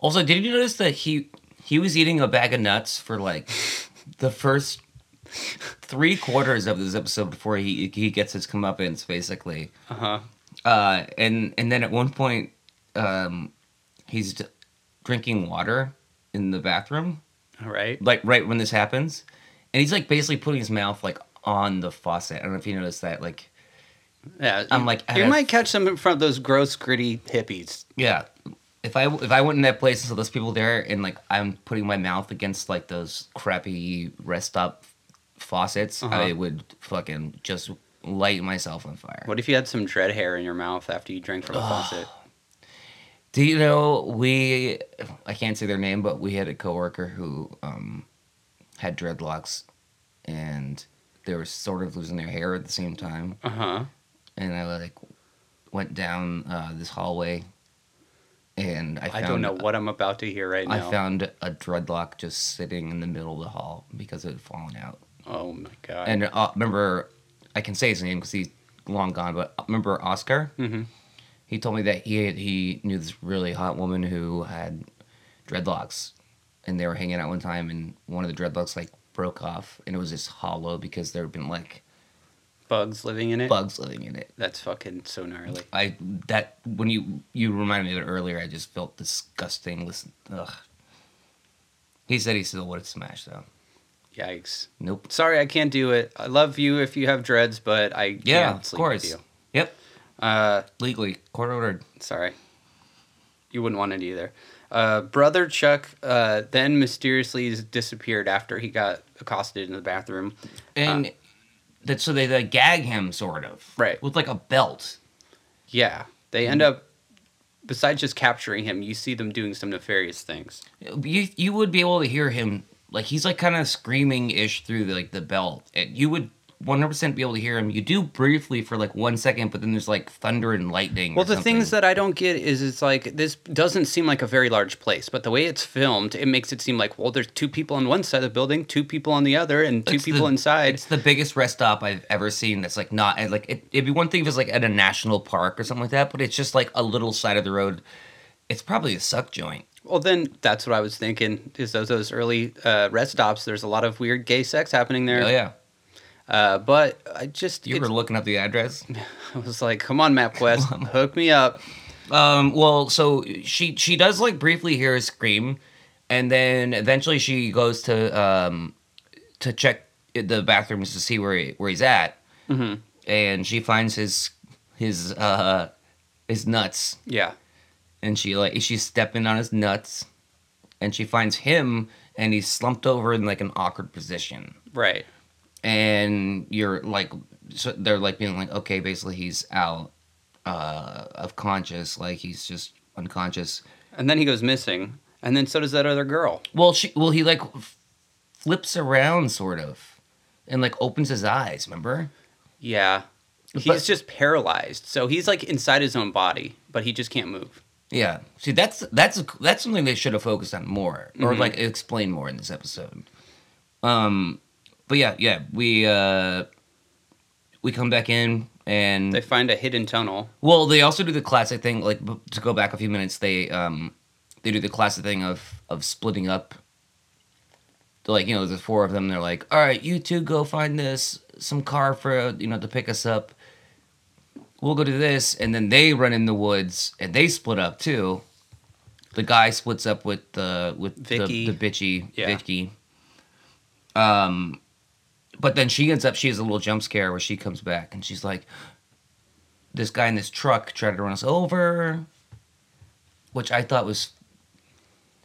[SPEAKER 2] Also, did you notice that he he was eating a bag of nuts for like the first three quarters of this episode before he he gets his comeuppance, basically.
[SPEAKER 3] Uh-huh.
[SPEAKER 2] Uh, and and then at one point, um, he's d- drinking water in the bathroom,
[SPEAKER 3] All right.
[SPEAKER 2] like right when this happens, and he's like basically putting his mouth like on the faucet. I don't know if you noticed that, like.
[SPEAKER 3] Yeah,
[SPEAKER 2] I'm
[SPEAKER 3] you-
[SPEAKER 2] like, I
[SPEAKER 3] you
[SPEAKER 2] have-
[SPEAKER 3] might catch some in front of those gross, gritty hippies.
[SPEAKER 2] Yeah. If I if I went in that place and saw those people there and like I'm putting my mouth against like those crappy rest stop faucets,
[SPEAKER 3] Uh-huh.
[SPEAKER 2] I would fucking just light myself on fire.
[SPEAKER 3] What if you had some dread hair in your mouth after you drank from a faucet?
[SPEAKER 2] Do you know we I can't say their name, but we had a coworker who um had dreadlocks and they were sort of losing their hair at the same time.
[SPEAKER 3] Uh huh.
[SPEAKER 2] And I like went down uh, this hallway and I
[SPEAKER 3] I
[SPEAKER 2] found
[SPEAKER 3] don't know what I'm about to hear right
[SPEAKER 2] I
[SPEAKER 3] now.
[SPEAKER 2] found a dreadlock just sitting in the middle of the hall because it had fallen out.
[SPEAKER 3] oh my god.
[SPEAKER 2] And uh, remember, I can say his name because he's long gone. But uh, remember Oscar? Mm-hmm. He told me that he had, he knew this really hot woman who had dreadlocks, and they were hanging out one time, and one of the dreadlocks like broke off, and it was just hollow because there had been like
[SPEAKER 3] Bugs living in it.
[SPEAKER 2] bugs living in it.
[SPEAKER 3] That's fucking so gnarly.
[SPEAKER 2] I that when you you reminded me of it earlier, I just felt disgusting. Listen, ugh. He said he still would have smashed though.
[SPEAKER 3] Yikes.
[SPEAKER 2] Nope.
[SPEAKER 3] Sorry, I can't do it. I love you if you have dreads, but I
[SPEAKER 2] Yeah,
[SPEAKER 3] can't
[SPEAKER 2] of
[SPEAKER 3] sleep with
[SPEAKER 2] course.
[SPEAKER 3] you.
[SPEAKER 2] Yep.
[SPEAKER 3] Uh,
[SPEAKER 2] Legally, court ordered.
[SPEAKER 3] sorry. You wouldn't want it either. Uh, brother Chuck uh, then mysteriously has disappeared after he got accosted in the bathroom.
[SPEAKER 2] And that so they, they gag him sort of.
[SPEAKER 3] Right.
[SPEAKER 2] With like a belt.
[SPEAKER 3] Yeah, they end
[SPEAKER 2] Mm-hmm.
[SPEAKER 3] up. Besides just capturing him, you see them doing some nefarious things.
[SPEAKER 2] You you would be able to hear him like he's like kind of screaming ish through the, like the belt. And you would 100% be able to hear him. You do briefly for like 1 second, but then there's like thunder and lightning.
[SPEAKER 3] Well,
[SPEAKER 2] or
[SPEAKER 3] the
[SPEAKER 2] something.
[SPEAKER 3] things that I don't get is it's like this doesn't seem like a very large place, but the way it's filmed, it makes it seem like well, there's two people on one side of the building, two people on the other, and two
[SPEAKER 2] It's the-
[SPEAKER 3] people inside.
[SPEAKER 2] It's the biggest rest stop I've ever seen. That's like not and, like it, it'd be one thing if it's like at a national park or something like that, but it's just like a little side of the road. It's probably a suck joint.
[SPEAKER 3] Well, then that's what I was thinking. Is those those early uh, rest stops? There's a lot of weird gay sex happening there.
[SPEAKER 2] Oh yeah.
[SPEAKER 3] Uh, but I just
[SPEAKER 2] You
[SPEAKER 3] it,
[SPEAKER 2] were looking up the address.
[SPEAKER 3] I was like, come on, MapQuest, hook me up.
[SPEAKER 2] Um, well, so she she does like briefly hear a scream, and then eventually she goes to um to check the bathrooms to see where he, where he's at, mm-hmm. and she finds his his uh his nuts,
[SPEAKER 3] Yeah,
[SPEAKER 2] and she like she's stepping on his nuts, and she finds him, and he's slumped over in like an awkward position
[SPEAKER 3] right.
[SPEAKER 2] and you're like so they're like being like okay basically he's out uh of conscious like he's just unconscious
[SPEAKER 3] And then he goes missing, and then so does that other girl.
[SPEAKER 2] well she well he like f- flips around sort of and like opens his eyes remember
[SPEAKER 3] Yeah, he's
[SPEAKER 2] But-
[SPEAKER 3] just paralyzed. So he's like inside his own body, but he just can't move.
[SPEAKER 2] yeah see that's that's that's something they should have focused on more or like explained more in this episode um but yeah yeah we uh we come back in and
[SPEAKER 3] They find a hidden tunnel.
[SPEAKER 2] Well, they also do the classic thing. Like b- to go back a few minutes, they um, they do the classic thing of of splitting up. They're like you know, the four of them. They're like, all right, you two go find this some car for you know to pick us up. We'll go to this, and then they run in the woods and they split up too. The guy splits up with the with
[SPEAKER 3] Vicky.
[SPEAKER 2] the, the bitchy
[SPEAKER 3] Yeah.
[SPEAKER 2] Vicky. Um, but then she ends up. She has a little jump scare where she comes back and she's like, this guy in this truck tried to run us over, which I thought was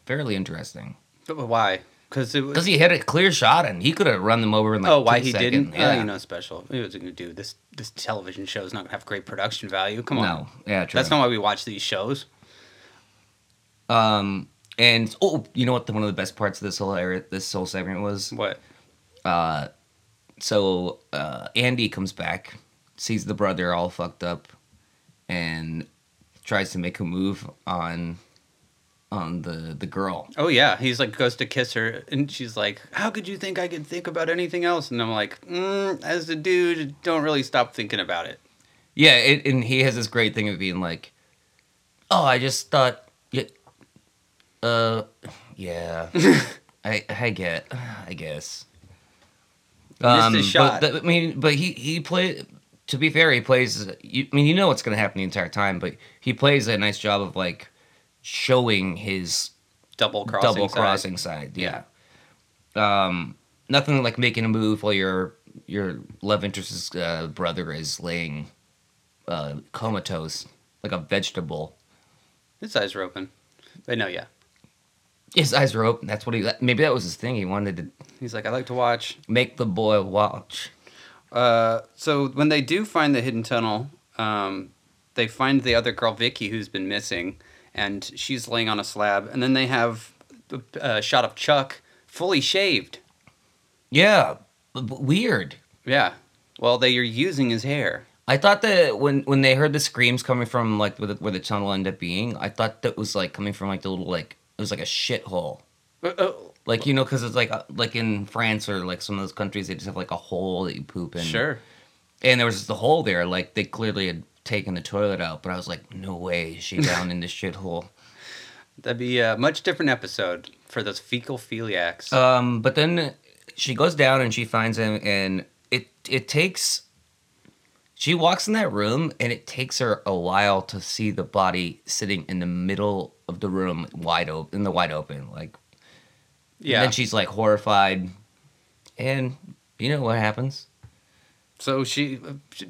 [SPEAKER 2] fairly interesting.
[SPEAKER 3] But why? Because it was.
[SPEAKER 2] Because he had a clear shot and he could have run them over in like
[SPEAKER 3] oh, why
[SPEAKER 2] two
[SPEAKER 3] he
[SPEAKER 2] seconds.
[SPEAKER 3] didn't?
[SPEAKER 2] Yeah.
[SPEAKER 3] Oh, you know, special. He was gonna do this. This television show is not gonna have great production value. Come on,
[SPEAKER 2] No, yeah, true.
[SPEAKER 3] that's not why we watch these shows.
[SPEAKER 2] um, and oh, you know what? The, one of the best parts of this whole area, this whole segment was
[SPEAKER 3] What?
[SPEAKER 2] so uh, Andy comes back, sees the brother all fucked up, and tries to make a move on on the the girl.
[SPEAKER 3] Oh yeah, he's like goes to kiss her, and she's like, "How could you think I could think about anything else?" And I'm like, mm, "As a dude, don't really stop thinking about it."
[SPEAKER 2] Yeah, it, and he has this great thing of being like, "Oh, I just thought, yeah, uh, yeah, I I get, I guess." Um,
[SPEAKER 3] Missed his shot.
[SPEAKER 2] But the- I mean, but he he play. To be fair, he plays. You, I mean, you know what's going to happen the entire time, but he plays a nice job of like showing his
[SPEAKER 3] Double crossing.
[SPEAKER 2] double
[SPEAKER 3] side.
[SPEAKER 2] crossing side. Yeah. Um, nothing like making a move while your your love interest's uh, brother is laying uh, comatose like a vegetable.
[SPEAKER 3] His eyes are open. But no, yeah,
[SPEAKER 2] His eyes are open. That's what he. that- Maybe that was his thing. He wanted to
[SPEAKER 3] he's like, "I like to watch."
[SPEAKER 2] make the boy watch.
[SPEAKER 3] Uh, so when they do find the hidden tunnel, um, they find the other girl Vicky who's been missing, and she's laying on a slab. And then they have a, a shot of Chuck fully shaved.
[SPEAKER 2] Yeah. B- b- weird.
[SPEAKER 3] Yeah. Well, they are using his hair.
[SPEAKER 2] I thought that when when they heard the screams coming from like where the, where the tunnel ended up being, I thought that was like coming from like the little like it was like a shithole.
[SPEAKER 3] Uh, oh,
[SPEAKER 2] Like you know, because it's like uh, like in France or like some of those countries, they just have like a hole that you poop in.
[SPEAKER 3] sure.
[SPEAKER 2] And there was just a hole there. Like they clearly had taken the toilet out, but I was like, no way, is she down in this shithole.
[SPEAKER 3] That'd be a much different episode for those fecal philiacs.
[SPEAKER 2] Um, but then she goes down and she finds him, and it it takes. She walks in that room, and it takes her a while to see the body sitting in the middle of the room, wide open in the wide open. Like,
[SPEAKER 3] yeah.
[SPEAKER 2] And then she's like horrified, and you know what happens.
[SPEAKER 3] so she,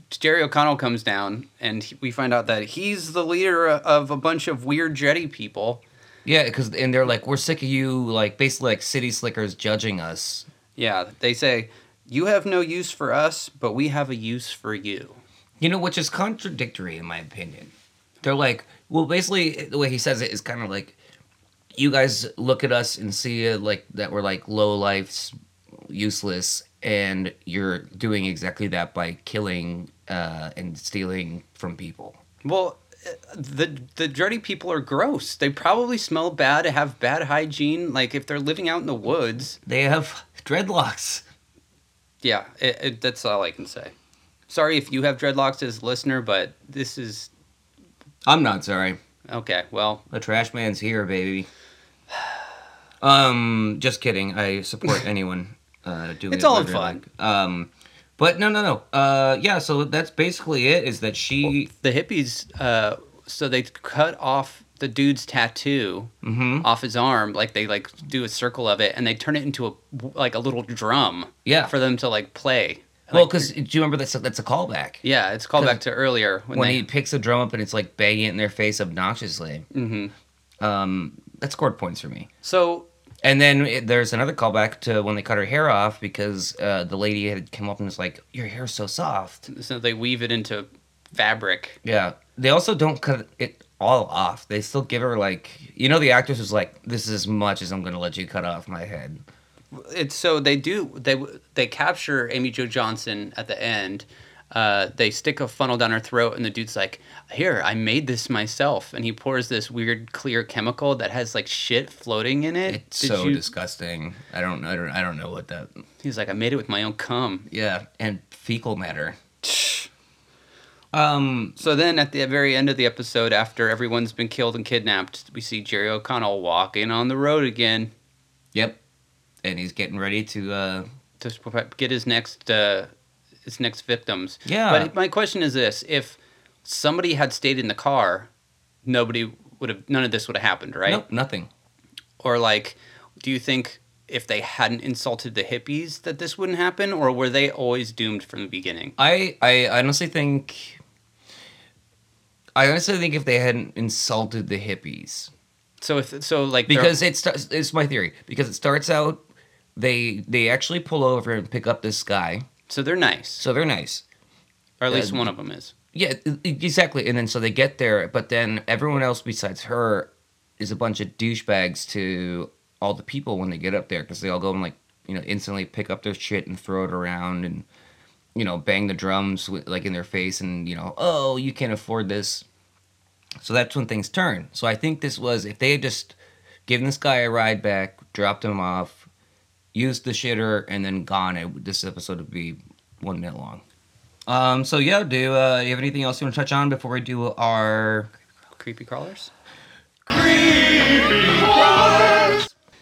[SPEAKER 3] Jerry O'Connell comes down, and he- we find out that he's the leader of a bunch of weird jetty people.
[SPEAKER 2] Yeah, because and they're like, we're sick of you, like basically like city slickers judging us.
[SPEAKER 3] Yeah, they say you have no use for us, but we have a use for you.
[SPEAKER 2] You know, which is contradictory in my opinion. They're like, well, basically the way he says it is kind of like, you guys look at us and see uh, like that we're like low lifes, useless, and you're doing exactly that by killing uh, and stealing from people.
[SPEAKER 3] Well, uh, the the dirty people are gross. They probably smell bad, have bad hygiene. Like if they're living out in the woods,
[SPEAKER 2] They have dreadlocks.
[SPEAKER 3] yeah, it, it, that's all I can say. Sorry if you have dreadlocks as a listener, but this is
[SPEAKER 2] I'm not sorry.
[SPEAKER 3] okay. Well,
[SPEAKER 2] The trash man's here, baby. Um, just kidding. I support anyone uh, doing.
[SPEAKER 3] It's
[SPEAKER 2] it
[SPEAKER 3] all
[SPEAKER 2] whether or
[SPEAKER 3] fun.
[SPEAKER 2] not- Um, but no, no, no. Uh, yeah. So that's basically it. Is that she?
[SPEAKER 3] the hippies uh so they cut off the dude's tattoo off his arm like they like do a circle of it and they turn it into a like a little drum
[SPEAKER 2] Yeah.
[SPEAKER 3] for them to like play
[SPEAKER 2] well,
[SPEAKER 3] Like,
[SPEAKER 2] because do you remember that's a, that's a callback
[SPEAKER 3] yeah it's called
[SPEAKER 2] 'cause
[SPEAKER 3] back to earlier when,
[SPEAKER 2] when
[SPEAKER 3] they
[SPEAKER 2] he picks the drum up and it's like banging it in their face obnoxiously. Mm-hmm. Um, that scored points for me.
[SPEAKER 3] so
[SPEAKER 2] And then it, there's another callback to when they cut her hair off because uh, the lady had come up and was like, "Your hair's so soft."
[SPEAKER 3] so they weave it into fabric
[SPEAKER 2] Yeah. They also don't cut it all off. They still give her like you know the actress was like, This is as much as I'm gonna let you cut off my head.
[SPEAKER 3] it's so they do they they capture Amy Jo Johnson at the end. Uh, they stick a funnel down her throat, and the dude's like, "Here, I made this myself." And he pours this weird clear chemical that has like shit floating in it.
[SPEAKER 2] It's
[SPEAKER 3] Did
[SPEAKER 2] so
[SPEAKER 3] you-
[SPEAKER 2] disgusting. I don't know I don't I don't know what that
[SPEAKER 3] He's like, "I made it with my own cum."
[SPEAKER 2] Yeah. And fecal matter.
[SPEAKER 3] So then, at the very end of the episode, after everyone's been killed and kidnapped, we see Jerry O'Connell walking on the road again
[SPEAKER 2] Yep. And he's getting ready to uh
[SPEAKER 3] to sp- get his next uh, his next victims.
[SPEAKER 2] Yeah.
[SPEAKER 3] But my question is this: If somebody had stayed in the car, nobody would have, none of this would have happened, right?
[SPEAKER 2] Nope, nothing.
[SPEAKER 3] Or like, do you think if they hadn't insulted the hippies that this wouldn't happen, or were they always doomed from the beginning?
[SPEAKER 2] I I honestly think I honestly think if they hadn't insulted the hippies,
[SPEAKER 3] So if so, like they're-
[SPEAKER 2] because it starts. It's my theory because it starts out. They they actually pull over and pick up this guy,
[SPEAKER 3] so they're nice,
[SPEAKER 2] so they're nice.
[SPEAKER 3] or at least
[SPEAKER 2] uh,
[SPEAKER 3] one of them is.
[SPEAKER 2] Yeah, e- e- exactly. And then so they get there, but then everyone else besides her is a bunch of douchebags to all the people when they get up there because they all go and like you know instantly pick up their shit and throw it around and you know bang the drums with, like in their face and you know oh you can't afford this. So that's when things turn. So I think this was if they had just given this guy a ride back, dropped him off, used the shitter, and then gone, it, this episode would be one minute long. Um, so yeah, do uh, you have anything else you want to touch on before we do our?
[SPEAKER 3] Creepy crawlers. Creepy crawlers.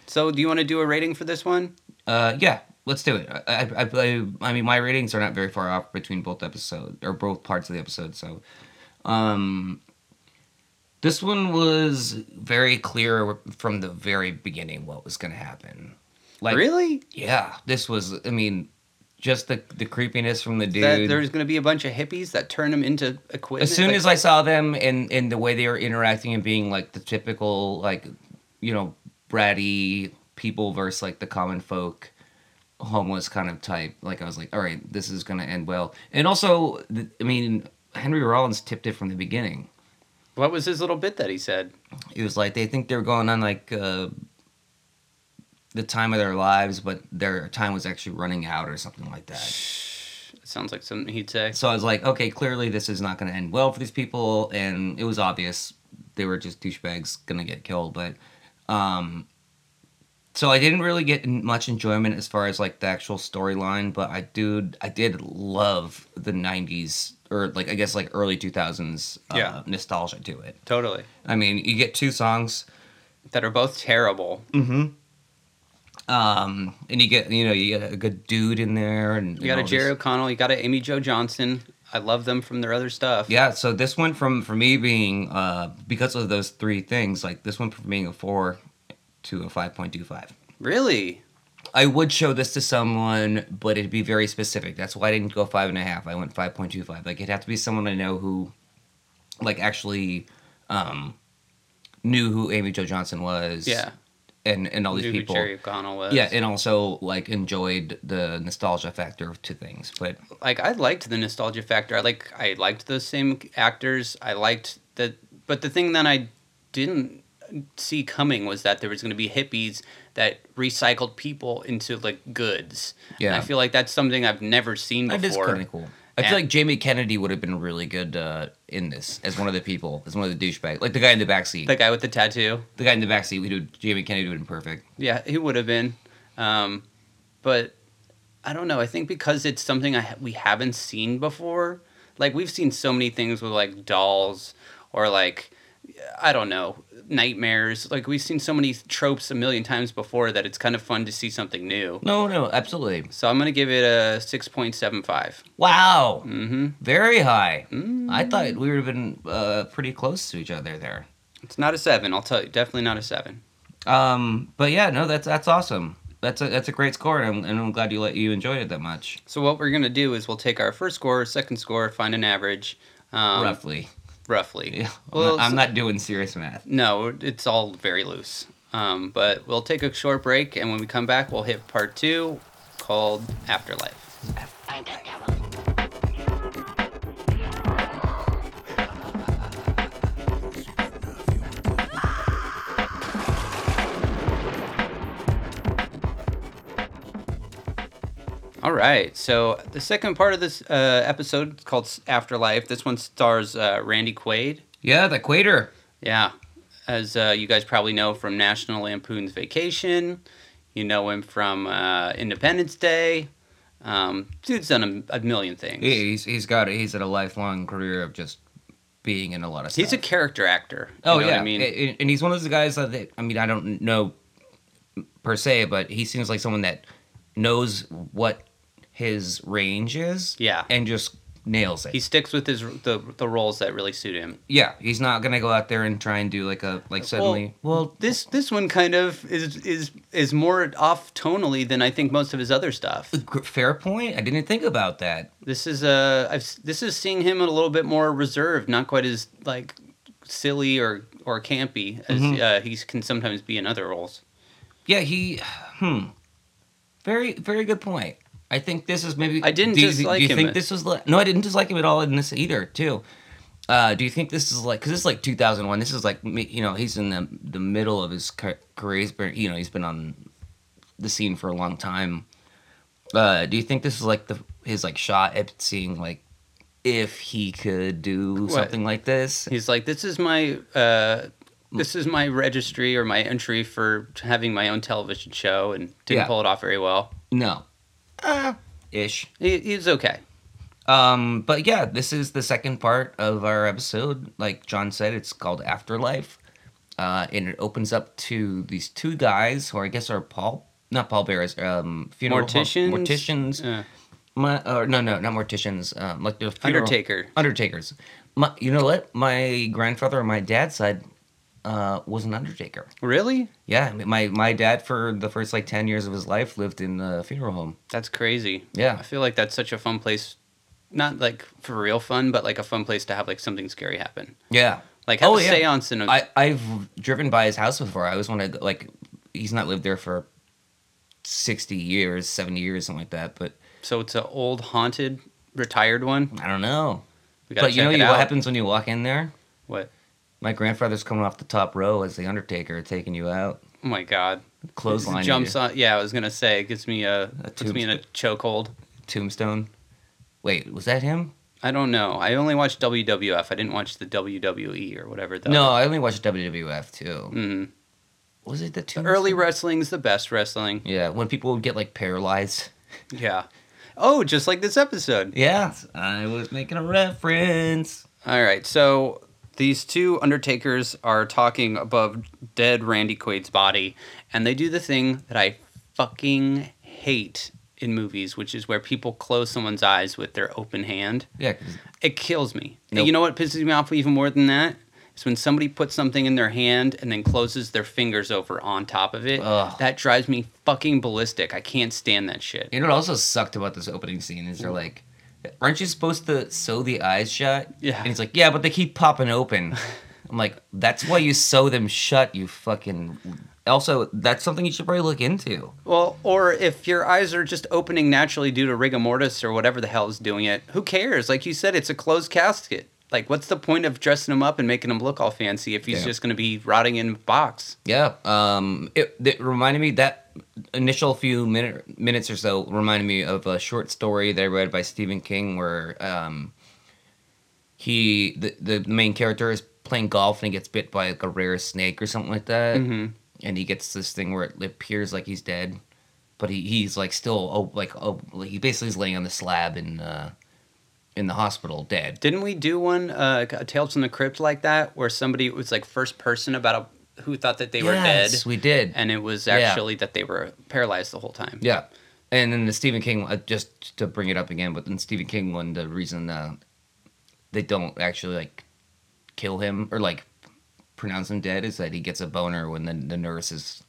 [SPEAKER 3] So do you want to do a rating for this one?
[SPEAKER 2] Uh, yeah, let's do it. I, I, I, I mean, my ratings are not very far off between both episodes or both parts of the episode. So, um, this one was very clear from the very beginning what was going to happen. Like,
[SPEAKER 3] really?
[SPEAKER 2] Yeah, this was. I mean, just the the creepiness from the dude.
[SPEAKER 3] That there's going to be a bunch of hippies that turn them into equipment.
[SPEAKER 2] as soon
[SPEAKER 3] like-
[SPEAKER 2] as I saw them and and the way they were interacting and being like the typical like you know bratty people versus like the common folk homeless kind of type like I was like all right this is gonna end well and also th- I mean Henry Rollins tipped it from the beginning
[SPEAKER 3] what was his little bit that he said?
[SPEAKER 2] it was like they think they're going on like uh, the time of their lives but their time was actually running out or something like that
[SPEAKER 3] It sounds like something he'd say.
[SPEAKER 2] So I was like, okay, clearly this is not going to end well for these people, and it was obvious they were just douchebags going to get killed. But, um, so I didn't really get n- much enjoyment as far as like the actual storyline, but I do, I did love the '90s or like I guess like early 2000s uh,
[SPEAKER 3] Yeah.
[SPEAKER 2] nostalgia to it.
[SPEAKER 3] Totally.
[SPEAKER 2] I mean, you get two songs.
[SPEAKER 3] That are both terrible.
[SPEAKER 2] Um, and you get you know you get a good dude in there, and
[SPEAKER 3] You
[SPEAKER 2] and
[SPEAKER 3] got a
[SPEAKER 2] all this-
[SPEAKER 3] Jerry O'Connell. You got a Amy Jo Johnson. I love them from their other stuff.
[SPEAKER 2] Yeah, so this went from for me being uh because of those three things, like this went from being a four to a five point two five.
[SPEAKER 3] Really?
[SPEAKER 2] I would show this to someone, but it'd be very specific. That's why I didn't go five and a half. I went five point two five. Like it'd have to be someone I know who like actually um knew who Amy Jo Johnson was.
[SPEAKER 3] Yeah.
[SPEAKER 2] And and all these
[SPEAKER 3] Knew who
[SPEAKER 2] people.
[SPEAKER 3] Jerry O'Connell was.
[SPEAKER 2] Yeah, and also like enjoyed the nostalgia factor to things. But
[SPEAKER 3] like I liked the nostalgia factor. I like I liked those same actors. I liked the but the thing that I didn't see coming was that there was going to be hippies that recycled people into like goods.
[SPEAKER 2] Yeah.
[SPEAKER 3] and I feel like that's something I've never seen
[SPEAKER 2] That is
[SPEAKER 3] before.
[SPEAKER 2] kind of cool. I
[SPEAKER 3] And-
[SPEAKER 2] feel like Jamie Kennedy would have been really good uh, in this as one of the people, as one of the douchebags, like the guy in the backseat.
[SPEAKER 3] The guy with the tattoo.
[SPEAKER 2] the guy in the backseat, we do Jamie Kennedy would have been perfect.
[SPEAKER 3] Yeah, he would have been. Um, but I don't know. I think because it's something I ha- we haven't seen before. Like we've seen so many things with like dolls or like I don't know nightmares. Like we've seen so many tropes a million times before that it's kind of fun to see something new.
[SPEAKER 2] No, no, absolutely.
[SPEAKER 3] So I'm gonna give it a six point seven five.
[SPEAKER 2] Wow,
[SPEAKER 3] Mm-hmm.
[SPEAKER 2] very high. I thought we would have been uh, pretty close to each other there.
[SPEAKER 3] It's not a seven. I'll tell you, definitely not a seven.
[SPEAKER 2] Um, but yeah, no, that's that's awesome. That's a that's a great score, and I'm, and I'm glad you let you enjoyed it that much.
[SPEAKER 3] So what we're gonna do is we'll take our first score, second score, find an average, um,
[SPEAKER 2] roughly,
[SPEAKER 3] roughly.
[SPEAKER 2] yeah. I'm
[SPEAKER 3] well,
[SPEAKER 2] not- I'm
[SPEAKER 3] so-
[SPEAKER 2] not doing serious math.
[SPEAKER 3] No, it's all very loose. Um, but we'll take a short break, and when we come back, we'll hit part two called Afterlife. All right, so the second part of this uh, episode is called Afterlife. This one stars uh, Randy Quaid.
[SPEAKER 2] Yeah, the equator.
[SPEAKER 3] Yeah. As uh, you guys probably know from National Lampoon's Vacation, you know him from uh, Independence Day. Um, dude's done a, a million things.
[SPEAKER 2] Yeah, he's he's got he's had a lifelong career of just being in a lot of stuff.
[SPEAKER 3] He's a character actor. you
[SPEAKER 2] oh
[SPEAKER 3] know
[SPEAKER 2] yeah,
[SPEAKER 3] what I mean,
[SPEAKER 2] A- a- and he's one of those guys that I mean I don't know per se, but he seems like someone that knows what his range is.
[SPEAKER 3] Yeah.
[SPEAKER 2] and just nails it.
[SPEAKER 3] he sticks with his the, the roles that really suit him.
[SPEAKER 2] yeah, he's not gonna go out there and try and do like a like suddenly. Well,
[SPEAKER 3] This this one kind of is is is more off tonally than I think most of his other stuff.
[SPEAKER 2] gr- fair point. I didn't think about that.
[SPEAKER 3] This is uh, I've s- this is seeing him a little bit more reserved, not quite as like silly or or campy as
[SPEAKER 2] Mm-hmm.
[SPEAKER 3] uh, he can sometimes be in other roles.
[SPEAKER 2] Yeah, he. Hmm. Very very good point. I think this is maybe.
[SPEAKER 3] I didn't
[SPEAKER 2] do you-
[SPEAKER 3] dislike
[SPEAKER 2] Do you
[SPEAKER 3] him
[SPEAKER 2] think
[SPEAKER 3] at-
[SPEAKER 2] this was like? No, I didn't dislike him at all in this either. Too. Uh, do you think this is like? Because this is like 2001. This is like me- you know he's in the the middle of his car- career. He's been you know he's been on the scene for a long time. Uh, do you think this is like the his like shot at seeing like if he could do
[SPEAKER 3] What?
[SPEAKER 2] something like this?
[SPEAKER 3] He's like, this is my uh, this is my registry or my entry for having my own television show, and didn't
[SPEAKER 2] Yeah.
[SPEAKER 3] pull it off very well.
[SPEAKER 2] No. Uh, ish.
[SPEAKER 3] He, he's okay.
[SPEAKER 2] Um, but yeah, this is the second part of our episode. Like John said, it's called Afterlife. Uh, and it opens up to these two guys who I guess are Paul, not Paul Bearers, um, funeral home-
[SPEAKER 3] Morticians?
[SPEAKER 2] morticians,
[SPEAKER 3] Uh,
[SPEAKER 2] my, or no, no, not morticians, um, like the funeral,
[SPEAKER 3] Undertaker.
[SPEAKER 2] undertakers. My, you know what? My grandfather on my dad's side uh, was an undertaker.
[SPEAKER 3] Really?
[SPEAKER 2] Yeah, my my dad for the first like ten years of his life lived in a funeral home.
[SPEAKER 3] That's crazy.
[SPEAKER 2] Yeah.
[SPEAKER 3] I feel like that's such a fun place. Not like for real fun, but like a fun place to have like something scary happen.
[SPEAKER 2] Yeah,
[SPEAKER 3] Like have
[SPEAKER 2] Oh,
[SPEAKER 3] a
[SPEAKER 2] yeah.
[SPEAKER 3] seance in a
[SPEAKER 2] I I've driven by his house before. I always want to go, like he's not lived there for sixty years, seventy years, something like that. But
[SPEAKER 3] So it's an old haunted retired one.
[SPEAKER 2] I don't know.
[SPEAKER 3] We gotta
[SPEAKER 2] But you know
[SPEAKER 3] check it
[SPEAKER 2] you- what
[SPEAKER 3] out.
[SPEAKER 2] happens when you walk in there?
[SPEAKER 3] What?
[SPEAKER 2] My grandfather's coming off the top row as the Undertaker, taking you out,
[SPEAKER 3] Oh my god!
[SPEAKER 2] clothesline,
[SPEAKER 3] Jumps
[SPEAKER 2] jumps
[SPEAKER 3] on. Yeah, I was gonna say it gets me a, puts
[SPEAKER 2] tube-
[SPEAKER 3] me in a chokehold.
[SPEAKER 2] tombstone. Wait, was that him?
[SPEAKER 3] I don't know. I only watched WWF. I didn't watch the WWE or whatever. The
[SPEAKER 2] No, I only watched WWF too.
[SPEAKER 3] Mm.
[SPEAKER 2] Was it the
[SPEAKER 3] The
[SPEAKER 2] tombstone?
[SPEAKER 3] early wrestling's the best wrestling.
[SPEAKER 2] Yeah, when people would get like paralyzed.
[SPEAKER 3] Yeah. Oh, just like this episode.
[SPEAKER 2] Yeah, I was making a reference.
[SPEAKER 3] All right. So these two undertakers are talking above dead Randy Quaid's body, and they do the thing that I fucking hate in movies, which is where people close someone's eyes with their open hand.
[SPEAKER 2] Yeah, 'cause-
[SPEAKER 3] It kills me. And
[SPEAKER 2] Nope.
[SPEAKER 3] You know what pisses me off even more than that? Is when somebody puts something in their hand and then closes their fingers over on top of it.
[SPEAKER 2] Ugh.
[SPEAKER 3] That drives me fucking ballistic. I can't stand that shit.
[SPEAKER 2] You know what also sucked about this opening scene is they're like, aren't you supposed to sew the eyes shut?
[SPEAKER 3] Yeah.
[SPEAKER 2] And he's like, yeah, but they keep popping open. I'm like, that's why you sew them shut, you fucking. Also, that's something you should probably look into.
[SPEAKER 3] Well, or if your eyes are just opening naturally due to rigor mortis or whatever the hell is doing it, who cares? Like you said, it's a closed casket. Like, what's the point of dressing him up and making him look all fancy if he's
[SPEAKER 2] Yeah.
[SPEAKER 3] just going to be rotting in a box?
[SPEAKER 2] Yeah. Um. It, it reminded me that initial few minute, minutes or so reminded me of a short story that I read by Stephen King where um he the the main character is playing golf and he gets bit by like a rare snake or something like that,
[SPEAKER 3] Mm-hmm.
[SPEAKER 2] and he gets this thing where it appears like he's dead, but he, he's like still oh like oh like, he basically is laying on the slab in uh in the hospital dead.
[SPEAKER 3] Didn't we do one, uh, a Tales from the Crypt like that, where somebody it was like first person about a who thought that they were dead,
[SPEAKER 2] Yes, we did.
[SPEAKER 3] and it was
[SPEAKER 2] Yeah.
[SPEAKER 3] actually that they were paralyzed the whole time.
[SPEAKER 2] Yeah, and then the Stephen King. uh, Just to bring it up again, but in Stephen King one, the reason uh, they don't actually like kill him or like pronounce him dead is that he gets a boner when the, the nurse is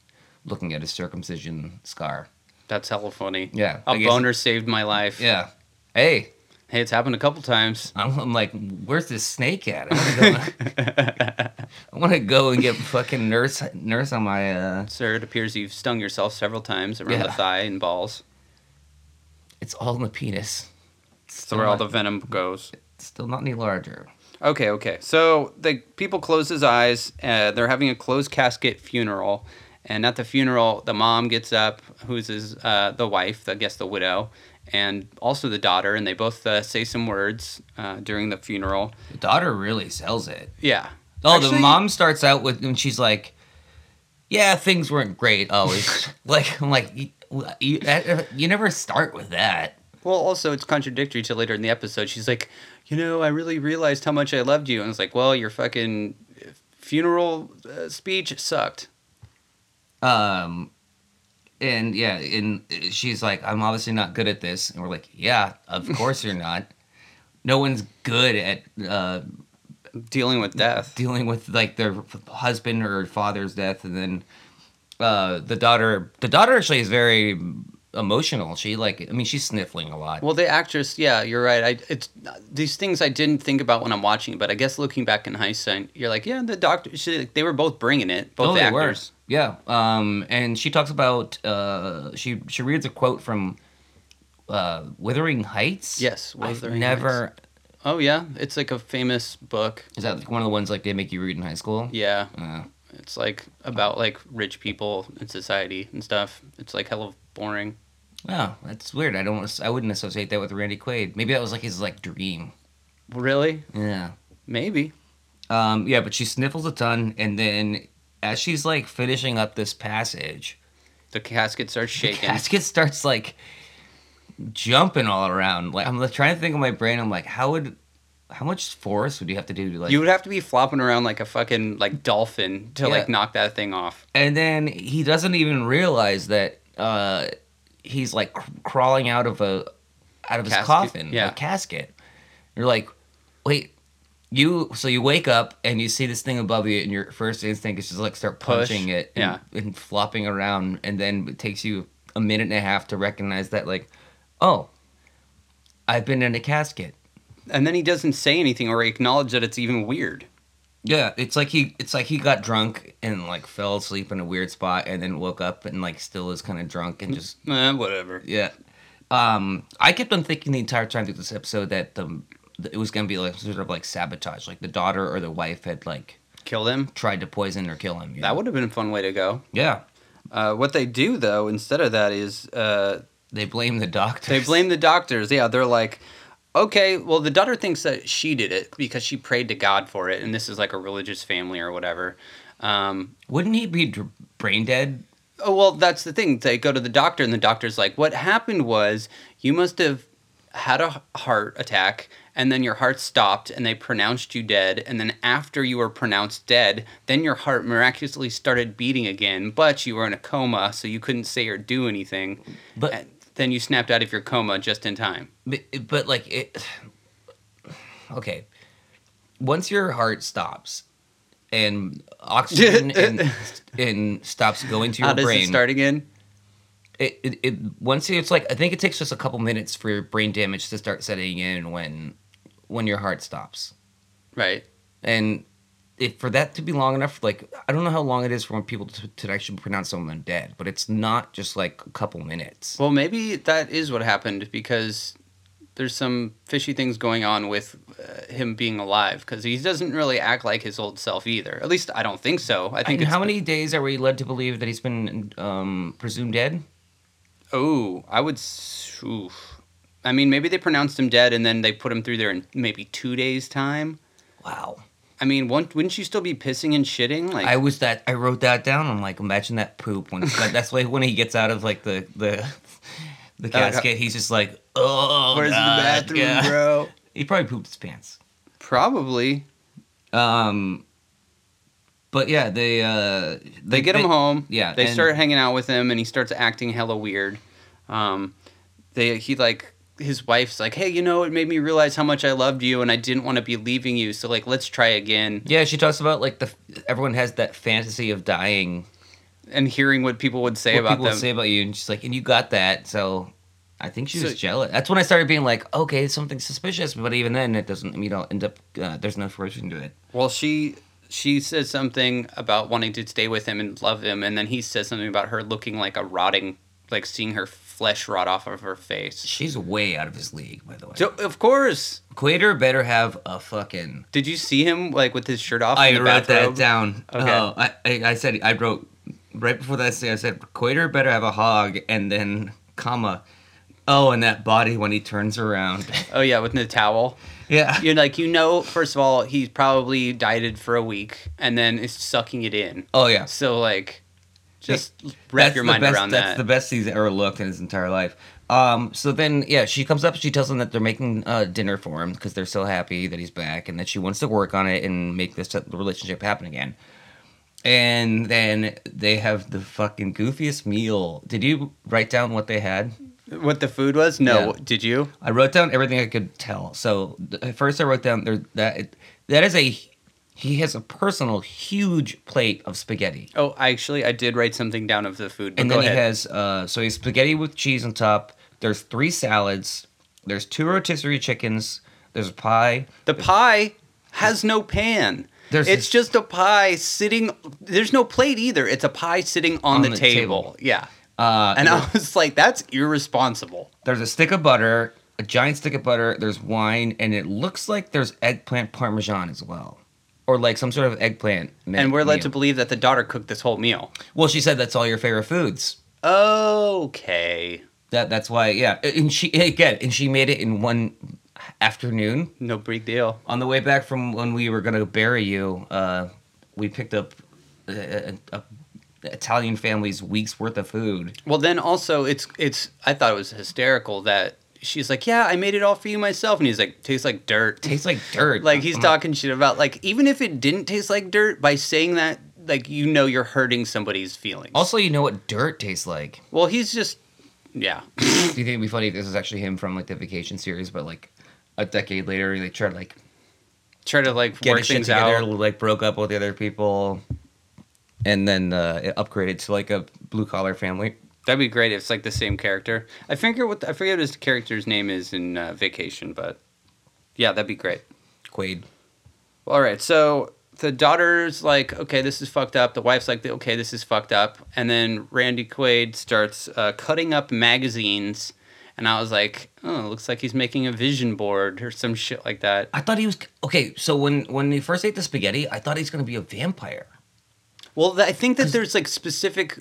[SPEAKER 2] looking at his circumcision scar.
[SPEAKER 3] That's hella funny.
[SPEAKER 2] Yeah,
[SPEAKER 3] a
[SPEAKER 2] I guess-
[SPEAKER 3] boner saved my life.
[SPEAKER 2] Yeah. Hey,
[SPEAKER 3] hey, it's happened a couple times.
[SPEAKER 2] I'm, I'm like, where's this snake at? I want to go. I want to go and get fucking nurse nurse on my. Uh,
[SPEAKER 3] Sir, it appears you've stung yourself several times around the
[SPEAKER 2] Yeah.
[SPEAKER 3] thigh and balls.
[SPEAKER 2] it's all in the penis.
[SPEAKER 3] That's where all the venom goes.
[SPEAKER 2] Still not any larger.
[SPEAKER 3] Okay, okay. So the people close his eyes. Uh, they're having a closed casket funeral, and at the funeral, the mom gets up, who's his uh, the wife, I guess the widow, and also the daughter, and they both uh, say some words uh, during the funeral.
[SPEAKER 2] The daughter really sells it.
[SPEAKER 3] Yeah.
[SPEAKER 2] Oh, the
[SPEAKER 3] Actually-
[SPEAKER 2] mom starts out with, and she's like, "Yeah, things weren't great always." like I'm like, you, you, that- uh, you never start with that.
[SPEAKER 3] Well, also it's contradictory to later in the episode. She's like, you know, I really realized how much I loved you, and it's like, well, your fucking uh, funeral uh, speech sucked.
[SPEAKER 2] Um, and yeah, and she's like, "I'm obviously not good at this," and we're like, "Yeah, of course you're not. No one's good at uh,
[SPEAKER 3] Dealing with death.
[SPEAKER 2] dealing with like their f- husband or father's death and then uh the daughter the daughter actually is very emotional she like i mean she's sniffling a lot
[SPEAKER 3] Well, the actress, yeah, you're right. I it's these things I didn't think about when I'm watching, but I guess looking back in hindsight, you're like, yeah, the doctor, she, they were both bringing it, both
[SPEAKER 2] No,
[SPEAKER 3] the
[SPEAKER 2] Oh, they were.
[SPEAKER 3] actors.
[SPEAKER 2] yeah um and she talks about uh she she reads a quote from uh withering heights
[SPEAKER 3] Yes,
[SPEAKER 2] I've
[SPEAKER 3] Wuthering
[SPEAKER 2] never
[SPEAKER 3] Oh yeah, it's like a famous book.
[SPEAKER 2] is that like one of the ones like they make you read in high school
[SPEAKER 3] Yeah,
[SPEAKER 2] Uh,
[SPEAKER 3] it's like about like rich people in society and stuff. It's like hella boring.
[SPEAKER 2] wow that's weird i don't i wouldn't associate that with randy quaid maybe that was like his like dream
[SPEAKER 3] Really?
[SPEAKER 2] yeah
[SPEAKER 3] Maybe.
[SPEAKER 2] Um, yeah, but she sniffles a ton, and then as she's like finishing up this passage,
[SPEAKER 3] The casket starts
[SPEAKER 2] the
[SPEAKER 3] shaking.
[SPEAKER 2] casket starts like jumping all around. Like I'm like, trying to think in my brain. I'm like, how would, how much force would you have to do to like?
[SPEAKER 3] you would have to be flopping around like a fucking like dolphin to
[SPEAKER 2] Yeah.
[SPEAKER 3] like knock that thing off.
[SPEAKER 2] and then he doesn't even realize that uh, he's like cr- crawling out of a out of his
[SPEAKER 3] Casket,
[SPEAKER 2] coffin,
[SPEAKER 3] yeah.
[SPEAKER 2] a casket. You're like, wait, you. So you wake up and you see this thing above you, and your first instinct is just like start
[SPEAKER 3] Push,
[SPEAKER 2] punching it, and, and flopping around, and then it takes you a minute and a half to recognize that, like, oh, I've been in a casket.
[SPEAKER 3] And then he doesn't say anything or acknowledge that it's even weird.
[SPEAKER 2] Yeah, it's like he it's like he got drunk and like fell asleep in a weird spot and then woke up and like still is kind of drunk and just
[SPEAKER 3] Eh, whatever.
[SPEAKER 2] yeah. Um I kept on thinking the entire time through this episode that the that it was going to be like sort of like sabotage, like the daughter or the wife had like
[SPEAKER 3] Kill them.
[SPEAKER 2] tried to poison or kill him. you
[SPEAKER 3] That
[SPEAKER 2] know?
[SPEAKER 3] would have been a fun way to go.
[SPEAKER 2] Yeah.
[SPEAKER 3] Uh, what they do though, instead of that, is uh,
[SPEAKER 2] They blame the doctor.
[SPEAKER 3] they blame the doctors. Yeah, they're like, okay, well, the daughter thinks that she did it because she prayed to God for it, and this is like a religious family or whatever. Um,
[SPEAKER 2] Wouldn't he be dr- brain dead?
[SPEAKER 3] oh, well, that's the thing. They go to the doctor, and the doctor's like, what happened was you must have had a h- heart attack. And then your heart stopped, and they pronounced you dead. And then, after you were pronounced dead, then your heart miraculously started beating again, but you were in a coma, so you couldn't say or do anything.
[SPEAKER 2] But
[SPEAKER 3] And then you snapped out of your coma just in time.
[SPEAKER 2] But, but like it okay once your heart stops and oxygen and, and stops going to your
[SPEAKER 3] How does
[SPEAKER 2] brain
[SPEAKER 3] it start again?
[SPEAKER 2] It, it, it- once it's like i think it takes just a couple minutes for your brain damage to start setting in when when your heart stops
[SPEAKER 3] Right.
[SPEAKER 2] and if for that to be long enough like i don't know how long it is for when people to, to actually pronounce someone dead but it's not just like a couple minutes
[SPEAKER 3] Well, maybe that is what happened because there's some fishy things going on with uh, him being alive because he doesn't really act like his old self either. At least I don't think so. I think
[SPEAKER 2] and
[SPEAKER 3] it's,
[SPEAKER 2] how many days are we led to believe that he's been um, presumed dead
[SPEAKER 3] Oh, I would. s- Oof. I mean, maybe they pronounced him dead and then they put him through there in maybe two days' time.
[SPEAKER 2] wow
[SPEAKER 3] I mean, won't, wouldn't you still be pissing and shitting? Like,
[SPEAKER 2] I was that I wrote that down. I'm like, imagine that poop when like, that's like when he gets out of like the the the
[SPEAKER 3] God.
[SPEAKER 2] casket. He's just like, oh,
[SPEAKER 3] where's
[SPEAKER 2] God,
[SPEAKER 3] the bathroom,
[SPEAKER 2] yeah."
[SPEAKER 3] bro?
[SPEAKER 2] He probably pooped his pants.
[SPEAKER 3] Probably.
[SPEAKER 2] Um, But yeah, they uh,
[SPEAKER 3] They get him home.
[SPEAKER 2] Yeah,
[SPEAKER 3] They
[SPEAKER 2] and-
[SPEAKER 3] start hanging out with him, and he starts acting hella weird. Um, they he like his wife's like, hey, you know, it made me realize how much I loved you, and I didn't want to be leaving you. So like, let's try again.
[SPEAKER 2] Yeah, she talks about like the everyone has that fantasy of dying.
[SPEAKER 3] And hearing what people would say
[SPEAKER 2] what
[SPEAKER 3] about
[SPEAKER 2] people
[SPEAKER 3] them.
[SPEAKER 2] say about you, and she's like, and you got that. So I think she was
[SPEAKER 3] So-
[SPEAKER 2] jealous. That's when I started being like, okay, something suspicious. But even then, it doesn't. You know, end up uh, there's no fruition to it.
[SPEAKER 3] well, she she says something about wanting to stay with him and love him, and then he says something about her looking like a rotting, like seeing her flesh rot off of her face.
[SPEAKER 2] She's way out of his league, by the way.
[SPEAKER 3] So of course,
[SPEAKER 2] Quater better have a fucking.
[SPEAKER 3] did you see him like with his shirt off? in
[SPEAKER 2] I
[SPEAKER 3] the
[SPEAKER 2] wrote
[SPEAKER 3] bathrobe?
[SPEAKER 2] that down.
[SPEAKER 3] Okay.
[SPEAKER 2] Oh, I, I I said I wrote right before that. scene, I said Quater better have a hog, and then comma. Oh, and that body when he turns around.
[SPEAKER 3] Oh yeah, with the towel.
[SPEAKER 2] yeah.
[SPEAKER 3] You're like, you know, first of all, he's probably dieted for a week and then is sucking it in.
[SPEAKER 2] Oh yeah.
[SPEAKER 3] So like, just wrap
[SPEAKER 2] That's
[SPEAKER 3] your
[SPEAKER 2] the
[SPEAKER 3] mind
[SPEAKER 2] best-
[SPEAKER 3] around
[SPEAKER 2] that's
[SPEAKER 3] that.
[SPEAKER 2] the best he's ever looked in his entire life. Um, so then, yeah, she comes up. She tells him that they're making uh, dinner for him because they're so happy that he's back and that she wants to work on it and make this t- relationship happen again. And then they have the fucking goofiest meal. Did you write down what they had?
[SPEAKER 3] what the food was? No,
[SPEAKER 2] Yeah.
[SPEAKER 3] did you?
[SPEAKER 2] I wrote down everything I could tell. So th- at first, I wrote down there that that is a he has a personal huge plate of spaghetti.
[SPEAKER 3] Oh, actually, I did write something down of the food. But
[SPEAKER 2] and
[SPEAKER 3] go
[SPEAKER 2] then
[SPEAKER 3] ahead.
[SPEAKER 2] he has uh, so he has spaghetti with cheese on top. There's three salads. There's two rotisserie chickens. There's a pie.
[SPEAKER 3] the pie has no pan.
[SPEAKER 2] There's
[SPEAKER 3] it's
[SPEAKER 2] this-
[SPEAKER 3] just a pie sitting. There's no plate either. It's a pie sitting on, the,
[SPEAKER 2] the
[SPEAKER 3] table.
[SPEAKER 2] table.
[SPEAKER 3] Yeah.
[SPEAKER 2] Uh,
[SPEAKER 3] And I was like, that's irresponsible.
[SPEAKER 2] there's a stick of butter, a giant stick of butter. There's wine, and it looks like there's eggplant parmesan as well, or like some sort of eggplant. me-
[SPEAKER 3] And we're led to
[SPEAKER 2] meal.
[SPEAKER 3] believe that the daughter cooked this whole meal.
[SPEAKER 2] Well, she said that's all your favorite foods.
[SPEAKER 3] Okay.
[SPEAKER 2] That that's why, yeah. And she again, and she made it in one afternoon.
[SPEAKER 3] No big deal.
[SPEAKER 2] on the way back from when we were going to bury you, uh, we picked up uh a, Italian family's week's worth of food.
[SPEAKER 3] Well, then also it's it's I thought it was hysterical that she's like, "Yeah, I made it all for you myself," and he's like, "Tastes like dirt."
[SPEAKER 2] Tastes like dirt.
[SPEAKER 3] like he's
[SPEAKER 2] I'm
[SPEAKER 3] talking shit about like even if it didn't taste like dirt by saying that like you know you're hurting somebody's feelings.
[SPEAKER 2] Also, you know what dirt tastes like.
[SPEAKER 3] well, he's just yeah.
[SPEAKER 2] Do you think it'd be funny if this is actually him from like the Vacation series, but like a decade later, they tried to, like
[SPEAKER 3] Try to like
[SPEAKER 2] get
[SPEAKER 3] work
[SPEAKER 2] his shit
[SPEAKER 3] things
[SPEAKER 2] together,
[SPEAKER 3] out.
[SPEAKER 2] like broke up with the other people, and then uh, it upgraded to like a blue collar family.
[SPEAKER 3] That'd be great if it's like the same character. I figure what I forget what his character's name is in uh, Vacation, but yeah, that'd be great.
[SPEAKER 2] Quaid.
[SPEAKER 3] All right, so the daughter's like, okay, this is fucked up. The wife's like, okay, this is fucked up. And then Randy Quaid starts uh, cutting up magazines, and I was like, oh, looks like he's making a vision board or some shit like that.
[SPEAKER 2] I thought he was okay. So when when he first ate the spaghetti, I thought he's gonna be a vampire.
[SPEAKER 3] Well, th- I think that there's like specific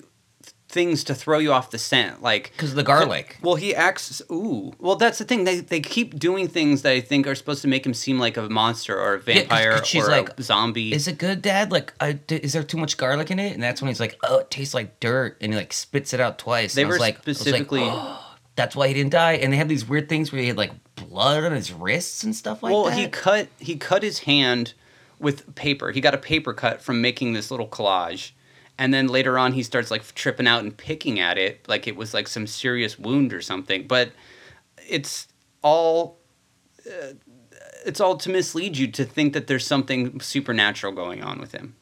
[SPEAKER 3] things to throw you off the scent, like
[SPEAKER 2] Because the garlic.
[SPEAKER 3] Well, he acts. Ooh. Well, that's the thing. They they keep doing things that I think are supposed to make him seem like a monster or a
[SPEAKER 2] Yeah, 'cause-
[SPEAKER 3] vampire
[SPEAKER 2] 'cause she's
[SPEAKER 3] or
[SPEAKER 2] like,
[SPEAKER 3] a zombie.
[SPEAKER 2] Is it good, Dad? Like, I, d- is there too much garlic in it? And that's when he's like, "Oh, it tastes like dirt," and he like spits it out twice.
[SPEAKER 3] They
[SPEAKER 2] and I
[SPEAKER 3] were
[SPEAKER 2] was like, I was like,
[SPEAKER 3] specifically-
[SPEAKER 2] "Oh, that's why he didn't die. And they had these weird things where he had like blood on his wrists and stuff like
[SPEAKER 3] well,
[SPEAKER 2] that.
[SPEAKER 3] he cut he cut his hand with paper. He got a paper cut from making this little collage, and then later on he starts like tripping out and picking at it like it was like some serious wound or something. But it's all. Uh, it's all to mislead you to think that there's something supernatural going on with him.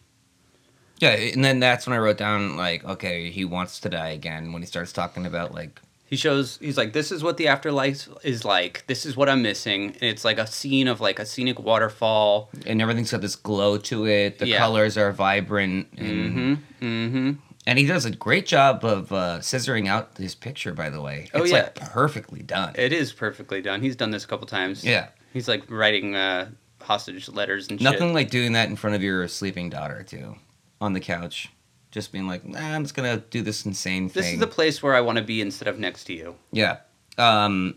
[SPEAKER 2] yeah, and then that's when I wrote down like, okay, he wants to die again when he starts talking about like,
[SPEAKER 3] He shows he's like, This is what the afterlife is like. This is what I'm missing. And it's like a scene of like a scenic waterfall.
[SPEAKER 2] and everything's got this glow to it. The
[SPEAKER 3] Yeah.
[SPEAKER 2] colors are vibrant, and
[SPEAKER 3] Mm-hmm.
[SPEAKER 2] and he does a great job of uh, scissoring out his picture. By the way, it's
[SPEAKER 3] Oh,
[SPEAKER 2] like perfectly done.
[SPEAKER 3] It is perfectly done. He's done this a couple times.
[SPEAKER 2] yeah.
[SPEAKER 3] He's like writing uh, hostage letters and
[SPEAKER 2] Nothing
[SPEAKER 3] shit.
[SPEAKER 2] like doing that in front of your sleeping daughter too, on the couch, just being like, nah, I'm just gonna do this insane thing.
[SPEAKER 3] This is the place where I want to be instead of next to you.
[SPEAKER 2] yeah. Um,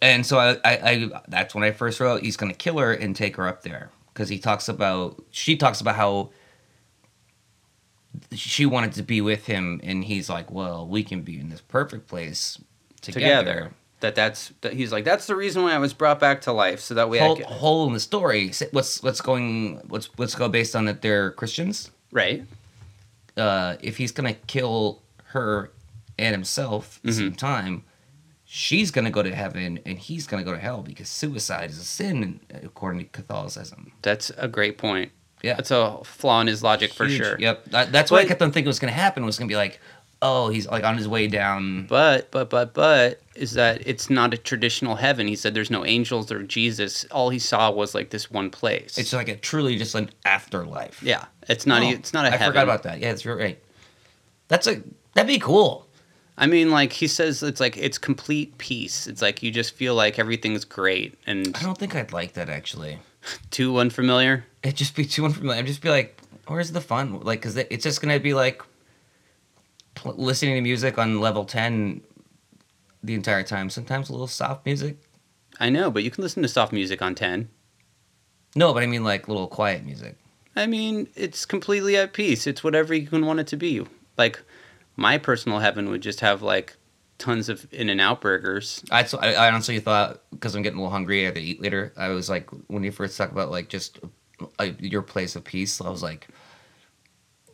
[SPEAKER 2] and so I, I, I, that's when I first wrote, he's gonna kill her and take her up there because he talks about, she talks about how she wanted to be with him, and he's like, well, we can be in this perfect place together.
[SPEAKER 3] Together. that that's that he's like that's the reason why I was brought back to life so that way
[SPEAKER 2] Hole,
[SPEAKER 3] I could
[SPEAKER 2] hole in the story. S- What's what's going? What's what's go based on that they're Christians?
[SPEAKER 3] right
[SPEAKER 2] Uh, if he's gonna kill her and himself
[SPEAKER 3] Mm-hmm.
[SPEAKER 2] at the same time, she's gonna go to heaven and he's gonna go to hell because suicide is a sin according to Catholicism.
[SPEAKER 3] that's a great point
[SPEAKER 2] Yeah,
[SPEAKER 3] that's a flaw in his logic for
[SPEAKER 2] Huge.
[SPEAKER 3] sure
[SPEAKER 2] Yep, That- that's what I
[SPEAKER 3] But-
[SPEAKER 2] kept on thinking was gonna happen. Was gonna be like, oh, he's like on his way down.
[SPEAKER 3] but but but but is that it's not a traditional heaven he said there's no angels or Jesus all he saw was like this one place
[SPEAKER 2] It's like a truly just an afterlife.
[SPEAKER 3] yeah it's not
[SPEAKER 2] Oh,
[SPEAKER 3] e it's not a
[SPEAKER 2] I
[SPEAKER 3] heaven
[SPEAKER 2] forgot about that. Yeah, it's you're right. That's a that'd be cool.
[SPEAKER 3] I mean, like he says, it's like it's complete peace. It's like you just feel like everything's great and
[SPEAKER 2] I don't think I'd like that actually.
[SPEAKER 3] too unfamiliar.
[SPEAKER 2] It'd just be too unfamiliar. I'd just be like, where's the fun? Like, because it's just gonna be like pl- listening to music on level ten the entire time. Sometimes a little soft music.
[SPEAKER 3] I know, but you can listen to soft music on ten.
[SPEAKER 2] No, but I mean like little quiet music.
[SPEAKER 3] I mean, it's completely at peace. It's whatever you can want it to be. Like my personal heaven would just have like tons of in and out burgers.
[SPEAKER 2] I, so I, I honestly thought because I'm getting a little hungry, I have to eat later. I was like, when you first talk about like just uh your place of peace, I was like,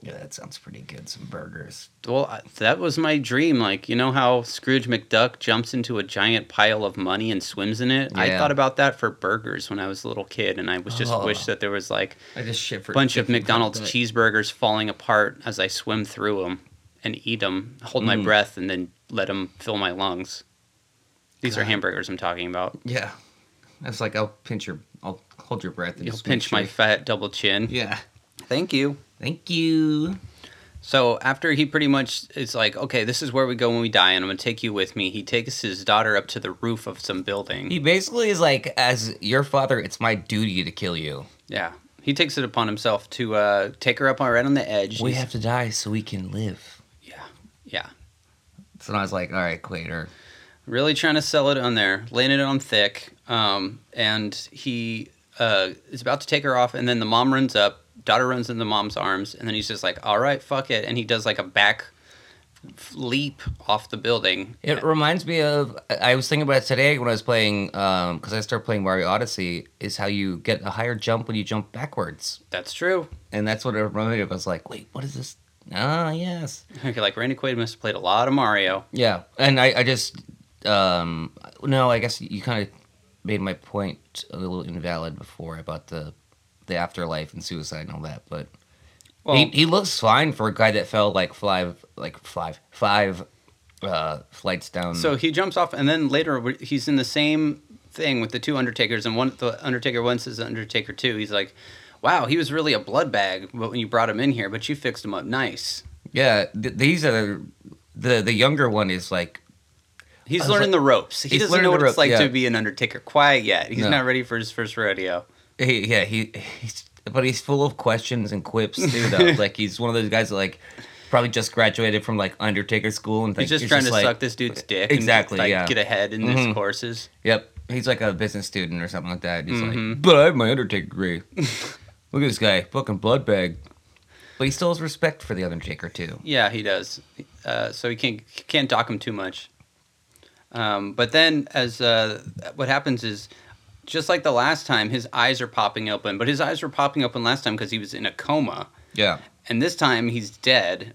[SPEAKER 2] yeah, that sounds pretty good. Some burgers.
[SPEAKER 3] Well, I- that was my dream. Like you know how Scrooge McDuck jumps into a giant pile of money and swims in it. I
[SPEAKER 2] Yeah.
[SPEAKER 3] thought about that for burgers when I was a little kid, and I was just
[SPEAKER 2] Oh.
[SPEAKER 3] wish that there was like
[SPEAKER 2] I just shit for
[SPEAKER 3] bunch
[SPEAKER 2] shit
[SPEAKER 3] of
[SPEAKER 2] for
[SPEAKER 3] McDonald's
[SPEAKER 2] breakfast.
[SPEAKER 3] cheeseburgers falling apart as I swim through them and eat them, hold my
[SPEAKER 2] Mm.
[SPEAKER 3] breath, and then let them fill my lungs. These are hamburgers I'm talking about.
[SPEAKER 2] Yeah, I was like, I'll pinch your, I'll hold your breath and
[SPEAKER 3] You'll
[SPEAKER 2] just make
[SPEAKER 3] pinch
[SPEAKER 2] sure
[SPEAKER 3] my
[SPEAKER 2] you-
[SPEAKER 3] fat double chin.
[SPEAKER 2] Yeah.
[SPEAKER 3] Thank you.
[SPEAKER 2] Thank you.
[SPEAKER 3] So after he pretty much is like, okay, this is where we go when we die, and I'm gonna take you with me. He takes his daughter up to the roof of some building.
[SPEAKER 2] He basically is like, as your father, it's my duty to kill you.
[SPEAKER 3] yeah, he takes it upon himself to uh, take her up right on the edge.
[SPEAKER 2] We
[SPEAKER 3] He's-
[SPEAKER 2] have to die so we can live.
[SPEAKER 3] yeah, yeah.
[SPEAKER 2] So I was like, all right, Quater.
[SPEAKER 3] really trying to sell it on there, laying it on thick. Um, and he uh, is about to take her off, and then the mom runs up, daughter runs in the mom's arms, and then he's just like, "All right, fuck it," and he does like a back f- leap off the building.
[SPEAKER 2] It reminds me of I I was thinking about it today when I was playing because I started playing Mario Odyssey. Is how you get a higher jump when you jump backwards,
[SPEAKER 3] That's true.
[SPEAKER 2] and that's what it reminded me of. I was like, wait, what is this? Ah, yes,
[SPEAKER 3] Okay, like Randy Quaid must have played a lot of Mario.
[SPEAKER 2] yeah. And I, I just um, no, I guess you kind of made my point a little invalid before about the the afterlife and suicide and all that, but.
[SPEAKER 3] Well,
[SPEAKER 2] he, he looks fine for a guy that fell like five, like five, five uh, flights down.
[SPEAKER 3] So he jumps off, and then later w- he's in the same thing with the two Undertakers, and one the Undertaker one says Undertaker two. He's like, "Wow, he was really a blood bag when you brought him in here, but you fixed him up nice."
[SPEAKER 2] Yeah, th- these are the the younger one is like I
[SPEAKER 3] He's
[SPEAKER 2] was
[SPEAKER 3] learning
[SPEAKER 2] like-
[SPEAKER 3] the ropes. He
[SPEAKER 2] he's
[SPEAKER 3] doesn't
[SPEAKER 2] learning the
[SPEAKER 3] know what
[SPEAKER 2] ropes,
[SPEAKER 3] it's like
[SPEAKER 2] yeah.
[SPEAKER 3] to be an Undertaker. Quiet yet. He's
[SPEAKER 2] No.
[SPEAKER 3] not ready for his first rodeo.
[SPEAKER 2] he, yeah he he's but he's full of questions and quips too though. like he's one of those guys that like probably just graduated from like Undertaker school and
[SPEAKER 3] He's
[SPEAKER 2] like,
[SPEAKER 3] just trying to
[SPEAKER 2] like-
[SPEAKER 3] suck this dude's dick
[SPEAKER 2] Exactly,
[SPEAKER 3] and like,
[SPEAKER 2] yeah.
[SPEAKER 3] get ahead in
[SPEAKER 2] Mhm.
[SPEAKER 3] his courses.
[SPEAKER 2] Yep, he's like a business student or something like that. He's
[SPEAKER 3] Mhm.
[SPEAKER 2] like, but I have my Undertaker degree. Look at this guy, fucking blood bag. But he still has respect for the Undertaker too.
[SPEAKER 3] Yeah, he does. Uh, so he can't he can't dock him too much. Um, but then, as uh, what happens is, just like the last time, his eyes are popping open. But his eyes were popping open last time because he was in a coma,
[SPEAKER 2] Yeah,
[SPEAKER 3] and this time he's dead,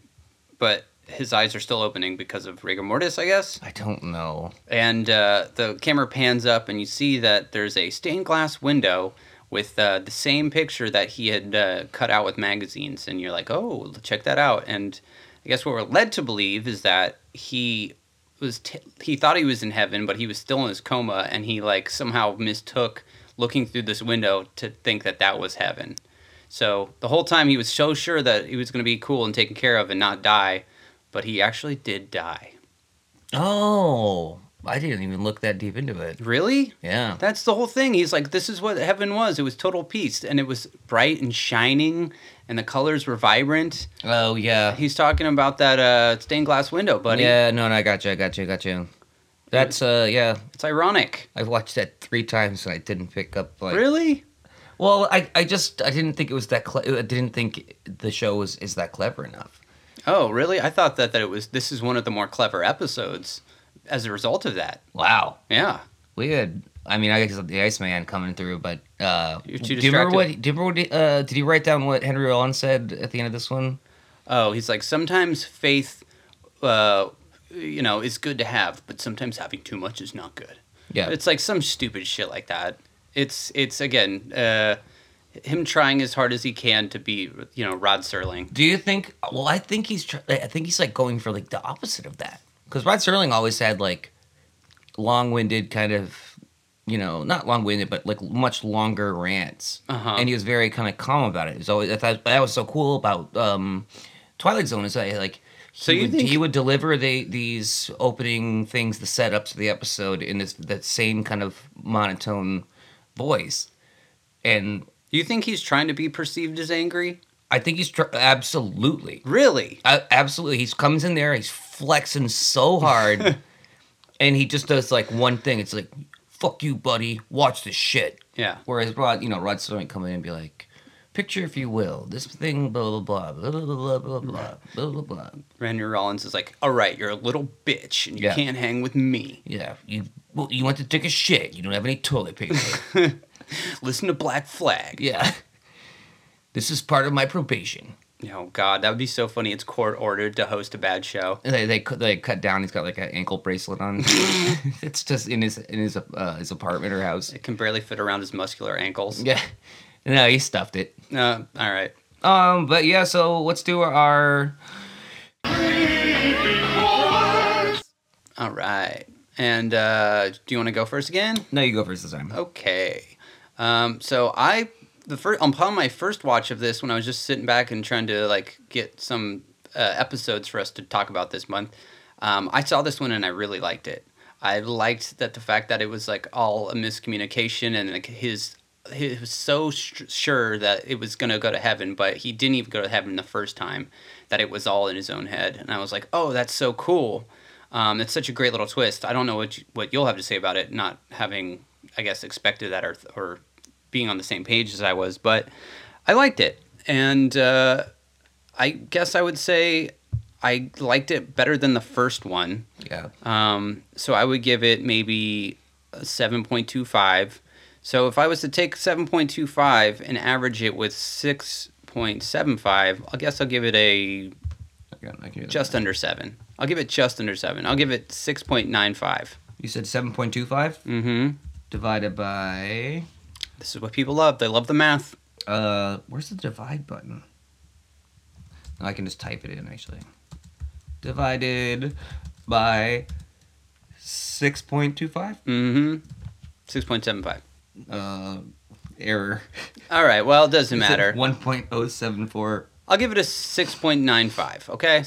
[SPEAKER 3] but his eyes are still opening because of rigor mortis, I guess.
[SPEAKER 2] I don't know.
[SPEAKER 3] and uh, the camera pans up and you see that there's a stained glass window with uh, the same picture that he had uh, cut out with magazines and you're like oh check that out and i guess what we're led to believe is that he was t- he thought he was in heaven but he was still in his coma and he like somehow mistook looking through this window to think that that was heaven so the whole time he was so sure that he was going to be cool and taken care of and not die but he actually did die
[SPEAKER 2] Oh, I didn't even look that deep into it.
[SPEAKER 3] really
[SPEAKER 2] Yeah.
[SPEAKER 3] That's the whole thing. He's like, this is what heaven was. It was total peace, and it was bright and shining, and the colors were vibrant.
[SPEAKER 2] Oh yeah.
[SPEAKER 3] He's talking about that uh, stained glass window, buddy.
[SPEAKER 2] Yeah, no, no, I got you, I got you, I got you. That's uh, yeah,
[SPEAKER 3] It's ironic.
[SPEAKER 2] I've watched that three times and I didn't pick up like.
[SPEAKER 3] really?
[SPEAKER 2] Well, I, I just I didn't think it was that. Cle- I didn't think the show was is that clever enough.
[SPEAKER 3] Oh, really? I thought that that it was. This is one of the more clever episodes. as a result of that.
[SPEAKER 2] Wow.
[SPEAKER 3] Yeah.
[SPEAKER 2] We had, I mean, I guess the Iceman coming through, but uh,
[SPEAKER 3] You're
[SPEAKER 2] do
[SPEAKER 3] too
[SPEAKER 2] you remember
[SPEAKER 3] distracted.
[SPEAKER 2] what? Do you remember what? he- Uh, did you write down what Henry Rollins said at the end of this one?
[SPEAKER 3] Oh, he's like sometimes faith, uh, you know, is good to have, but sometimes having too much is not good.
[SPEAKER 2] Yeah,
[SPEAKER 3] It's like some stupid shit like that. It's it's again uh, him trying as hard as he can to be you know Rod Serling.
[SPEAKER 2] Do you think? Well, I think he's. Tr- I think he's like going for like the opposite of that because Rod Serling always had like long-winded kind of, you know, not long-winded, but like much longer rants,
[SPEAKER 3] Uh-huh.
[SPEAKER 2] and he was very kind of calm about it. He was always. I thought that was so cool about um, Twilight Zone is that like.
[SPEAKER 3] So
[SPEAKER 2] he
[SPEAKER 3] you
[SPEAKER 2] would,
[SPEAKER 3] think-
[SPEAKER 2] he would deliver the these opening things, the setups to the episode in this that same kind of monotone voice, and
[SPEAKER 3] You think he's trying to be perceived as angry?
[SPEAKER 2] I think he's tr- absolutely
[SPEAKER 3] Really?
[SPEAKER 2] A- absolutely. He comes in there, he's flexing so hard, and he just does like one thing. It's like, fuck you, buddy, watch this shit.
[SPEAKER 3] Yeah.
[SPEAKER 2] Whereas Rod, you know, Rod Sterling come in and be like, picture if you will, this thing, blah, blah, blah, blah, blah, blah, blah, blah, blah, blah, blah.
[SPEAKER 3] Randy Rollins is like, all right, you're a little bitch, and you
[SPEAKER 2] Yeah.
[SPEAKER 3] can't hang with me.
[SPEAKER 2] Yeah, you, well, you went to take a shit, you don't have any toilet paper.
[SPEAKER 3] Listen to Black Flag.
[SPEAKER 2] yeah. This is part of my probation.
[SPEAKER 3] Oh God, that would be so funny. It's court ordered to host a bad show.
[SPEAKER 2] And They, they cut- they cut down. He's got like an ankle bracelet on. it's just in his in his uh, his apartment or house.
[SPEAKER 3] It can barely fit around his muscular ankles.
[SPEAKER 2] Yeah, no, he stuffed it.
[SPEAKER 3] Uh, all right.
[SPEAKER 2] Um, but yeah, so let's do our
[SPEAKER 3] All right. And uh, do you want to go first again?
[SPEAKER 2] no. You go first this time.
[SPEAKER 3] Okay. Um, so I the first upon my first watch of this when I was just sitting back and trying to like get some uh, episodes for us to talk about this month. Um, I saw this one and I really liked it. I liked that the fact that it was like all a miscommunication and like his he was so sh- sure that it was gonna go to heaven, but he didn't even go to heaven the first time. That it was all in his own head, and I was like, "Oh, that's so cool! Um, it's such a great little twist." I don't know what you, what you'll have to say about it, not having, I guess, expected that or or being on the same page as I was, but I liked it, and uh, I guess I would say I liked it better than the first one.
[SPEAKER 2] Yeah,
[SPEAKER 3] Um, so I would give it maybe a 7.25. So if I was to take 7.25 and average it with 6.75, I guess I'll give it a just under 7. I'll give it just under 7. I'll give it 6.95.
[SPEAKER 2] you said seven point two five
[SPEAKER 3] hmm
[SPEAKER 2] Mm-hmm. divided by
[SPEAKER 3] This is what people love. They love the math.
[SPEAKER 2] uh, where's the divide button? I can just type it in actually. Divided by six point two five.
[SPEAKER 3] hmm 6.75.
[SPEAKER 2] Uh, error.
[SPEAKER 3] All right, well, it doesn't matter.
[SPEAKER 2] One point oh seven four.
[SPEAKER 3] I'll give it a 6.95, okay? 6.95.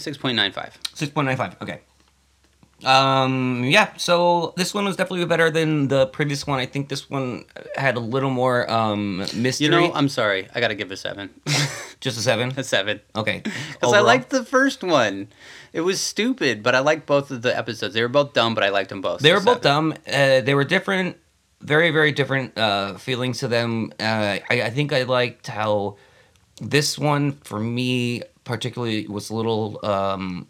[SPEAKER 2] Six point nine five. Okay. Um. Yeah. So this one was definitely better than the previous one. I think this one had a little more um mystery.
[SPEAKER 3] You know, I'm sorry. I got to give it a 7.
[SPEAKER 2] just a seven.
[SPEAKER 3] a 7.
[SPEAKER 2] Okay.
[SPEAKER 3] Because I
[SPEAKER 2] Overall.
[SPEAKER 3] liked the first one. It was stupid, but I liked both of the episodes. They were both dumb, but I liked them both.
[SPEAKER 2] They
[SPEAKER 3] so
[SPEAKER 2] were both
[SPEAKER 3] seven.
[SPEAKER 2] dumb. Uh, they were different. Very very different uh, feelings to them. Uh, I, I think I liked how this one for me particularly was a little um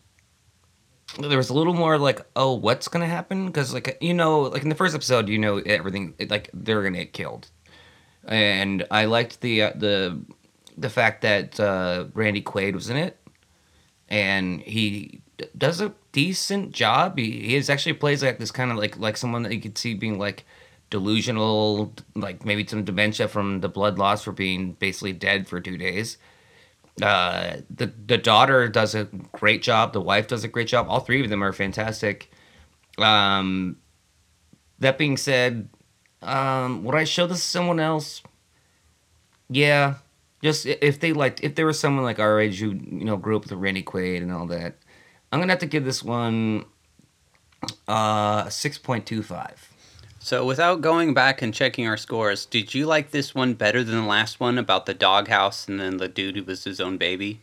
[SPEAKER 2] there was a little more like oh what's gonna happen because like you know like in the first episode you know everything it- like they're gonna get killed and i liked the uh, the the fact that uh randy quaid was in it and he d- does a decent job he, he is actually plays like this kind of like like someone that you could see being like delusional like maybe some dementia from the blood loss for being basically dead for two days uh, the the daughter does a great job. The wife does a great job. All three of them are fantastic. Um, that being said, um, would I show this to someone else? Yeah, just i- if they liked, if there was someone like our age who you know grew up with Randy Quaid and all that, I'm gonna have to give this one uh six point two five.
[SPEAKER 3] So, without going back and checking our scores, did you like this one better than the last one about the doghouse and then the dude who was his own baby?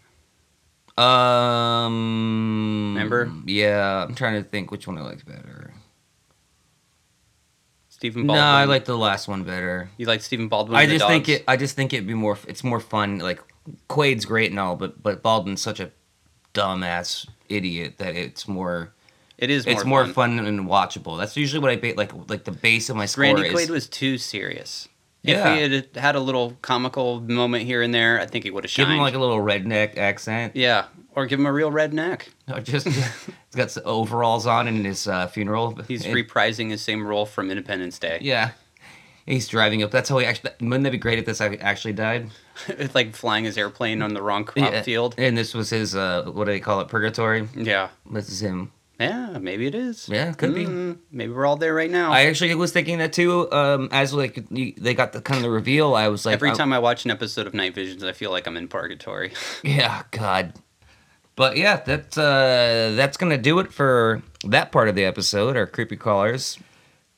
[SPEAKER 2] Um,
[SPEAKER 3] Remember?
[SPEAKER 2] Yeah, I'm trying to think which one I liked better.
[SPEAKER 3] Stephen
[SPEAKER 2] No,
[SPEAKER 3] Baldwin.
[SPEAKER 2] I like the last one better.
[SPEAKER 3] You like Stephen Baldwin?
[SPEAKER 2] I
[SPEAKER 3] and the
[SPEAKER 2] just think
[SPEAKER 3] dogs?
[SPEAKER 2] it. I just think it'd be more. It's more fun. Like Quaid's great and all, but but Baldwin's such a dumbass idiot that it's more
[SPEAKER 3] It is. More
[SPEAKER 2] it's more fun. and watchable. That's usually what I ba- like like the base of my score
[SPEAKER 3] Randy
[SPEAKER 2] is.
[SPEAKER 3] Quaid was too serious.
[SPEAKER 2] Yeah.
[SPEAKER 3] If we had had a little comical moment here and there, I think he would have
[SPEAKER 2] Give
[SPEAKER 3] shined.
[SPEAKER 2] him like a little redneck accent.
[SPEAKER 3] yeah, or give him a real redneck.
[SPEAKER 2] No, just he's got s- overalls on in his uh, funeral.
[SPEAKER 3] He's
[SPEAKER 2] And-
[SPEAKER 3] reprising his same role from Independence Day.
[SPEAKER 2] Yeah, he's driving up. That's how he actually. Wouldn't that be great if this ac- actually died?
[SPEAKER 3] it's like flying his airplane on the wrong crop
[SPEAKER 2] Yeah.
[SPEAKER 3] field.
[SPEAKER 2] And this was his. Uh, what do they call it? Purgatory.
[SPEAKER 3] Yeah.
[SPEAKER 2] This is him.
[SPEAKER 3] Yeah, maybe it is.
[SPEAKER 2] Yeah, it could be.
[SPEAKER 3] Mm, Maybe we're all there right now.
[SPEAKER 2] I actually was thinking that too. Um, as like you, they got the kind of the reveal, I was like,
[SPEAKER 3] Every
[SPEAKER 2] I-
[SPEAKER 3] time I watch an episode of Night Visions, I feel like I'm in purgatory.
[SPEAKER 2] Yeah, God. But yeah, that's uh, that's gonna do it for that part of the episode, our creepy callers.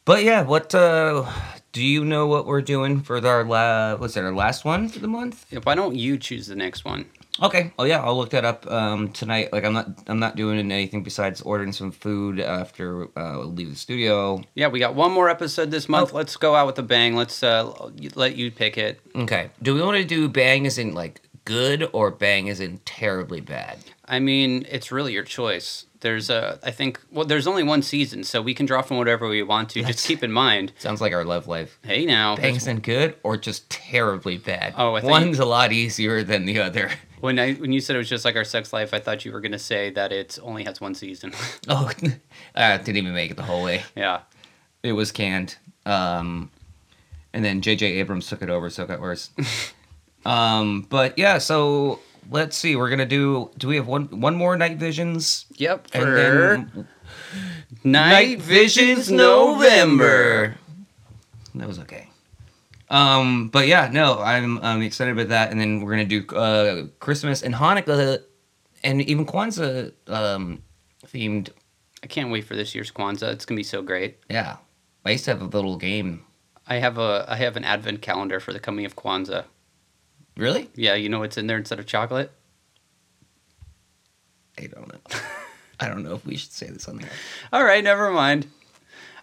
[SPEAKER 2] But yeah, what uh, do you know what we're doing for our la- what's it, our last one for the month?
[SPEAKER 3] Yeah, Why don't you choose the next one?
[SPEAKER 2] Okay. Oh yeah, I'll look that up um, tonight. Like I'm not I'm not doing anything besides ordering some food after uh, we leave the studio.
[SPEAKER 3] Yeah, we got one more episode this month.
[SPEAKER 2] Oh.
[SPEAKER 3] Let's go out with a bang. Let's uh, l- let you pick it.
[SPEAKER 2] Okay. Do we want to do bang as in like good or bang as in terribly bad?
[SPEAKER 3] I mean, it's really your choice. There's a, I think, well, there's only one season, so we can draw from whatever we want to. Just keep in mind,
[SPEAKER 2] Sounds like our love life.
[SPEAKER 3] hey, now,
[SPEAKER 2] Bang as in good or just terribly bad.
[SPEAKER 3] Oh, I think-
[SPEAKER 2] one's a lot easier than the other.
[SPEAKER 3] when I when you said it was just like our sex life, I thought you were gonna say that it only has one season.
[SPEAKER 2] Oh, uh, didn't even make it the whole way.
[SPEAKER 3] yeah,
[SPEAKER 2] It was canned. Um, and then J.J. Abrams took it over, so it got worse. um, but yeah, so let's see. We're gonna do. Do we have one one more night visions?
[SPEAKER 3] yep.
[SPEAKER 2] And
[SPEAKER 3] for
[SPEAKER 2] then
[SPEAKER 3] Night Visions November.
[SPEAKER 2] That was okay. Um, but yeah, no, I'm I'm excited about that, and then we're gonna do uh, Christmas and Hanukkah, and even Kwanzaa um, themed.
[SPEAKER 3] I can't wait for this year's Kwanzaa. It's gonna be so great.
[SPEAKER 2] Yeah, I used to have a little game.
[SPEAKER 3] I have a I have an advent calendar for the coming of Kwanzaa.
[SPEAKER 2] Really?
[SPEAKER 3] Yeah, you know what's in there instead of chocolate?
[SPEAKER 2] I don't know. I don't know if we should say this on the air.
[SPEAKER 3] All right, never mind.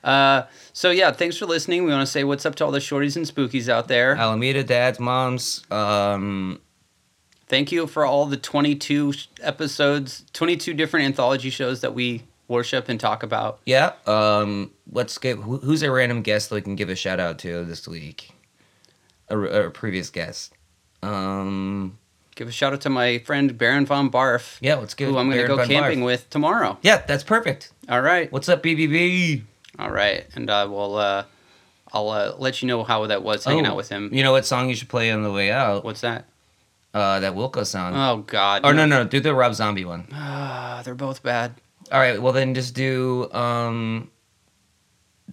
[SPEAKER 3] Uh, so yeah, thanks for listening. We want to say what's up to all the shorties and spookies out there.
[SPEAKER 2] Alameda dads, moms, um,
[SPEAKER 3] Thank you for all the 22 sh- episodes, 22 different anthology shows that we worship and talk about.
[SPEAKER 2] yeah. Um, let's get who, who's a random guest that we can give a shout out to this week, a, a previous guest. Um,
[SPEAKER 3] Give a shout out to my friend Baron von Barf,
[SPEAKER 2] yeah, let's give.
[SPEAKER 3] who I'm going to
[SPEAKER 2] Baron
[SPEAKER 3] go
[SPEAKER 2] von Barth.
[SPEAKER 3] camping with tomorrow.
[SPEAKER 2] Yeah, that's perfect.
[SPEAKER 3] All right.
[SPEAKER 2] What's up, BBB?
[SPEAKER 3] All right. And I will uh, I'll uh, let you know how that was hanging
[SPEAKER 2] Oh,
[SPEAKER 3] out with him.
[SPEAKER 2] You know what song you should play on the way out?
[SPEAKER 3] What's that?
[SPEAKER 2] Uh, that Wilco song.
[SPEAKER 3] Oh god.
[SPEAKER 2] or no, no, do the Rob Zombie one.
[SPEAKER 3] Ah, they're both bad.
[SPEAKER 2] All right, well then just do. um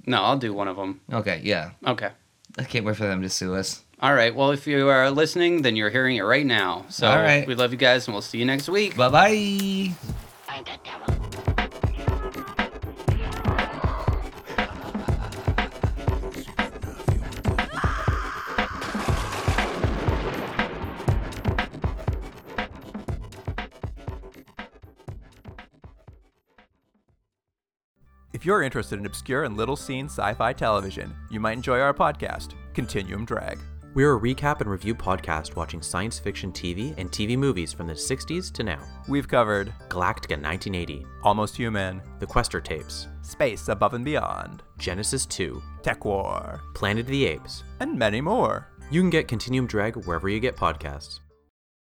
[SPEAKER 3] No, I'll do one of them.
[SPEAKER 2] Okay, yeah.
[SPEAKER 3] Okay.
[SPEAKER 2] I can't wait for them to sue us.
[SPEAKER 3] All right. Well, if you are listening, then you're hearing it right now. So
[SPEAKER 2] All right.
[SPEAKER 3] we love you guys and we'll see you next week.
[SPEAKER 2] Bye bye.
[SPEAKER 6] I'm the devil.
[SPEAKER 7] If you're interested in obscure and little seen sci fi television, you might enjoy our podcast, Continuum Drag.
[SPEAKER 8] We're a recap and review podcast watching science fiction TV and TV movies from the 60s to now.
[SPEAKER 7] We've covered
[SPEAKER 8] Galactica 1980,
[SPEAKER 7] Almost Human,
[SPEAKER 8] The Quester Tapes,
[SPEAKER 7] Space Above and Beyond,
[SPEAKER 8] Genesis 2,
[SPEAKER 7] Tech War,
[SPEAKER 8] Planet of the Apes.
[SPEAKER 7] and many more.
[SPEAKER 8] You can get Continuum Drag wherever you get podcasts.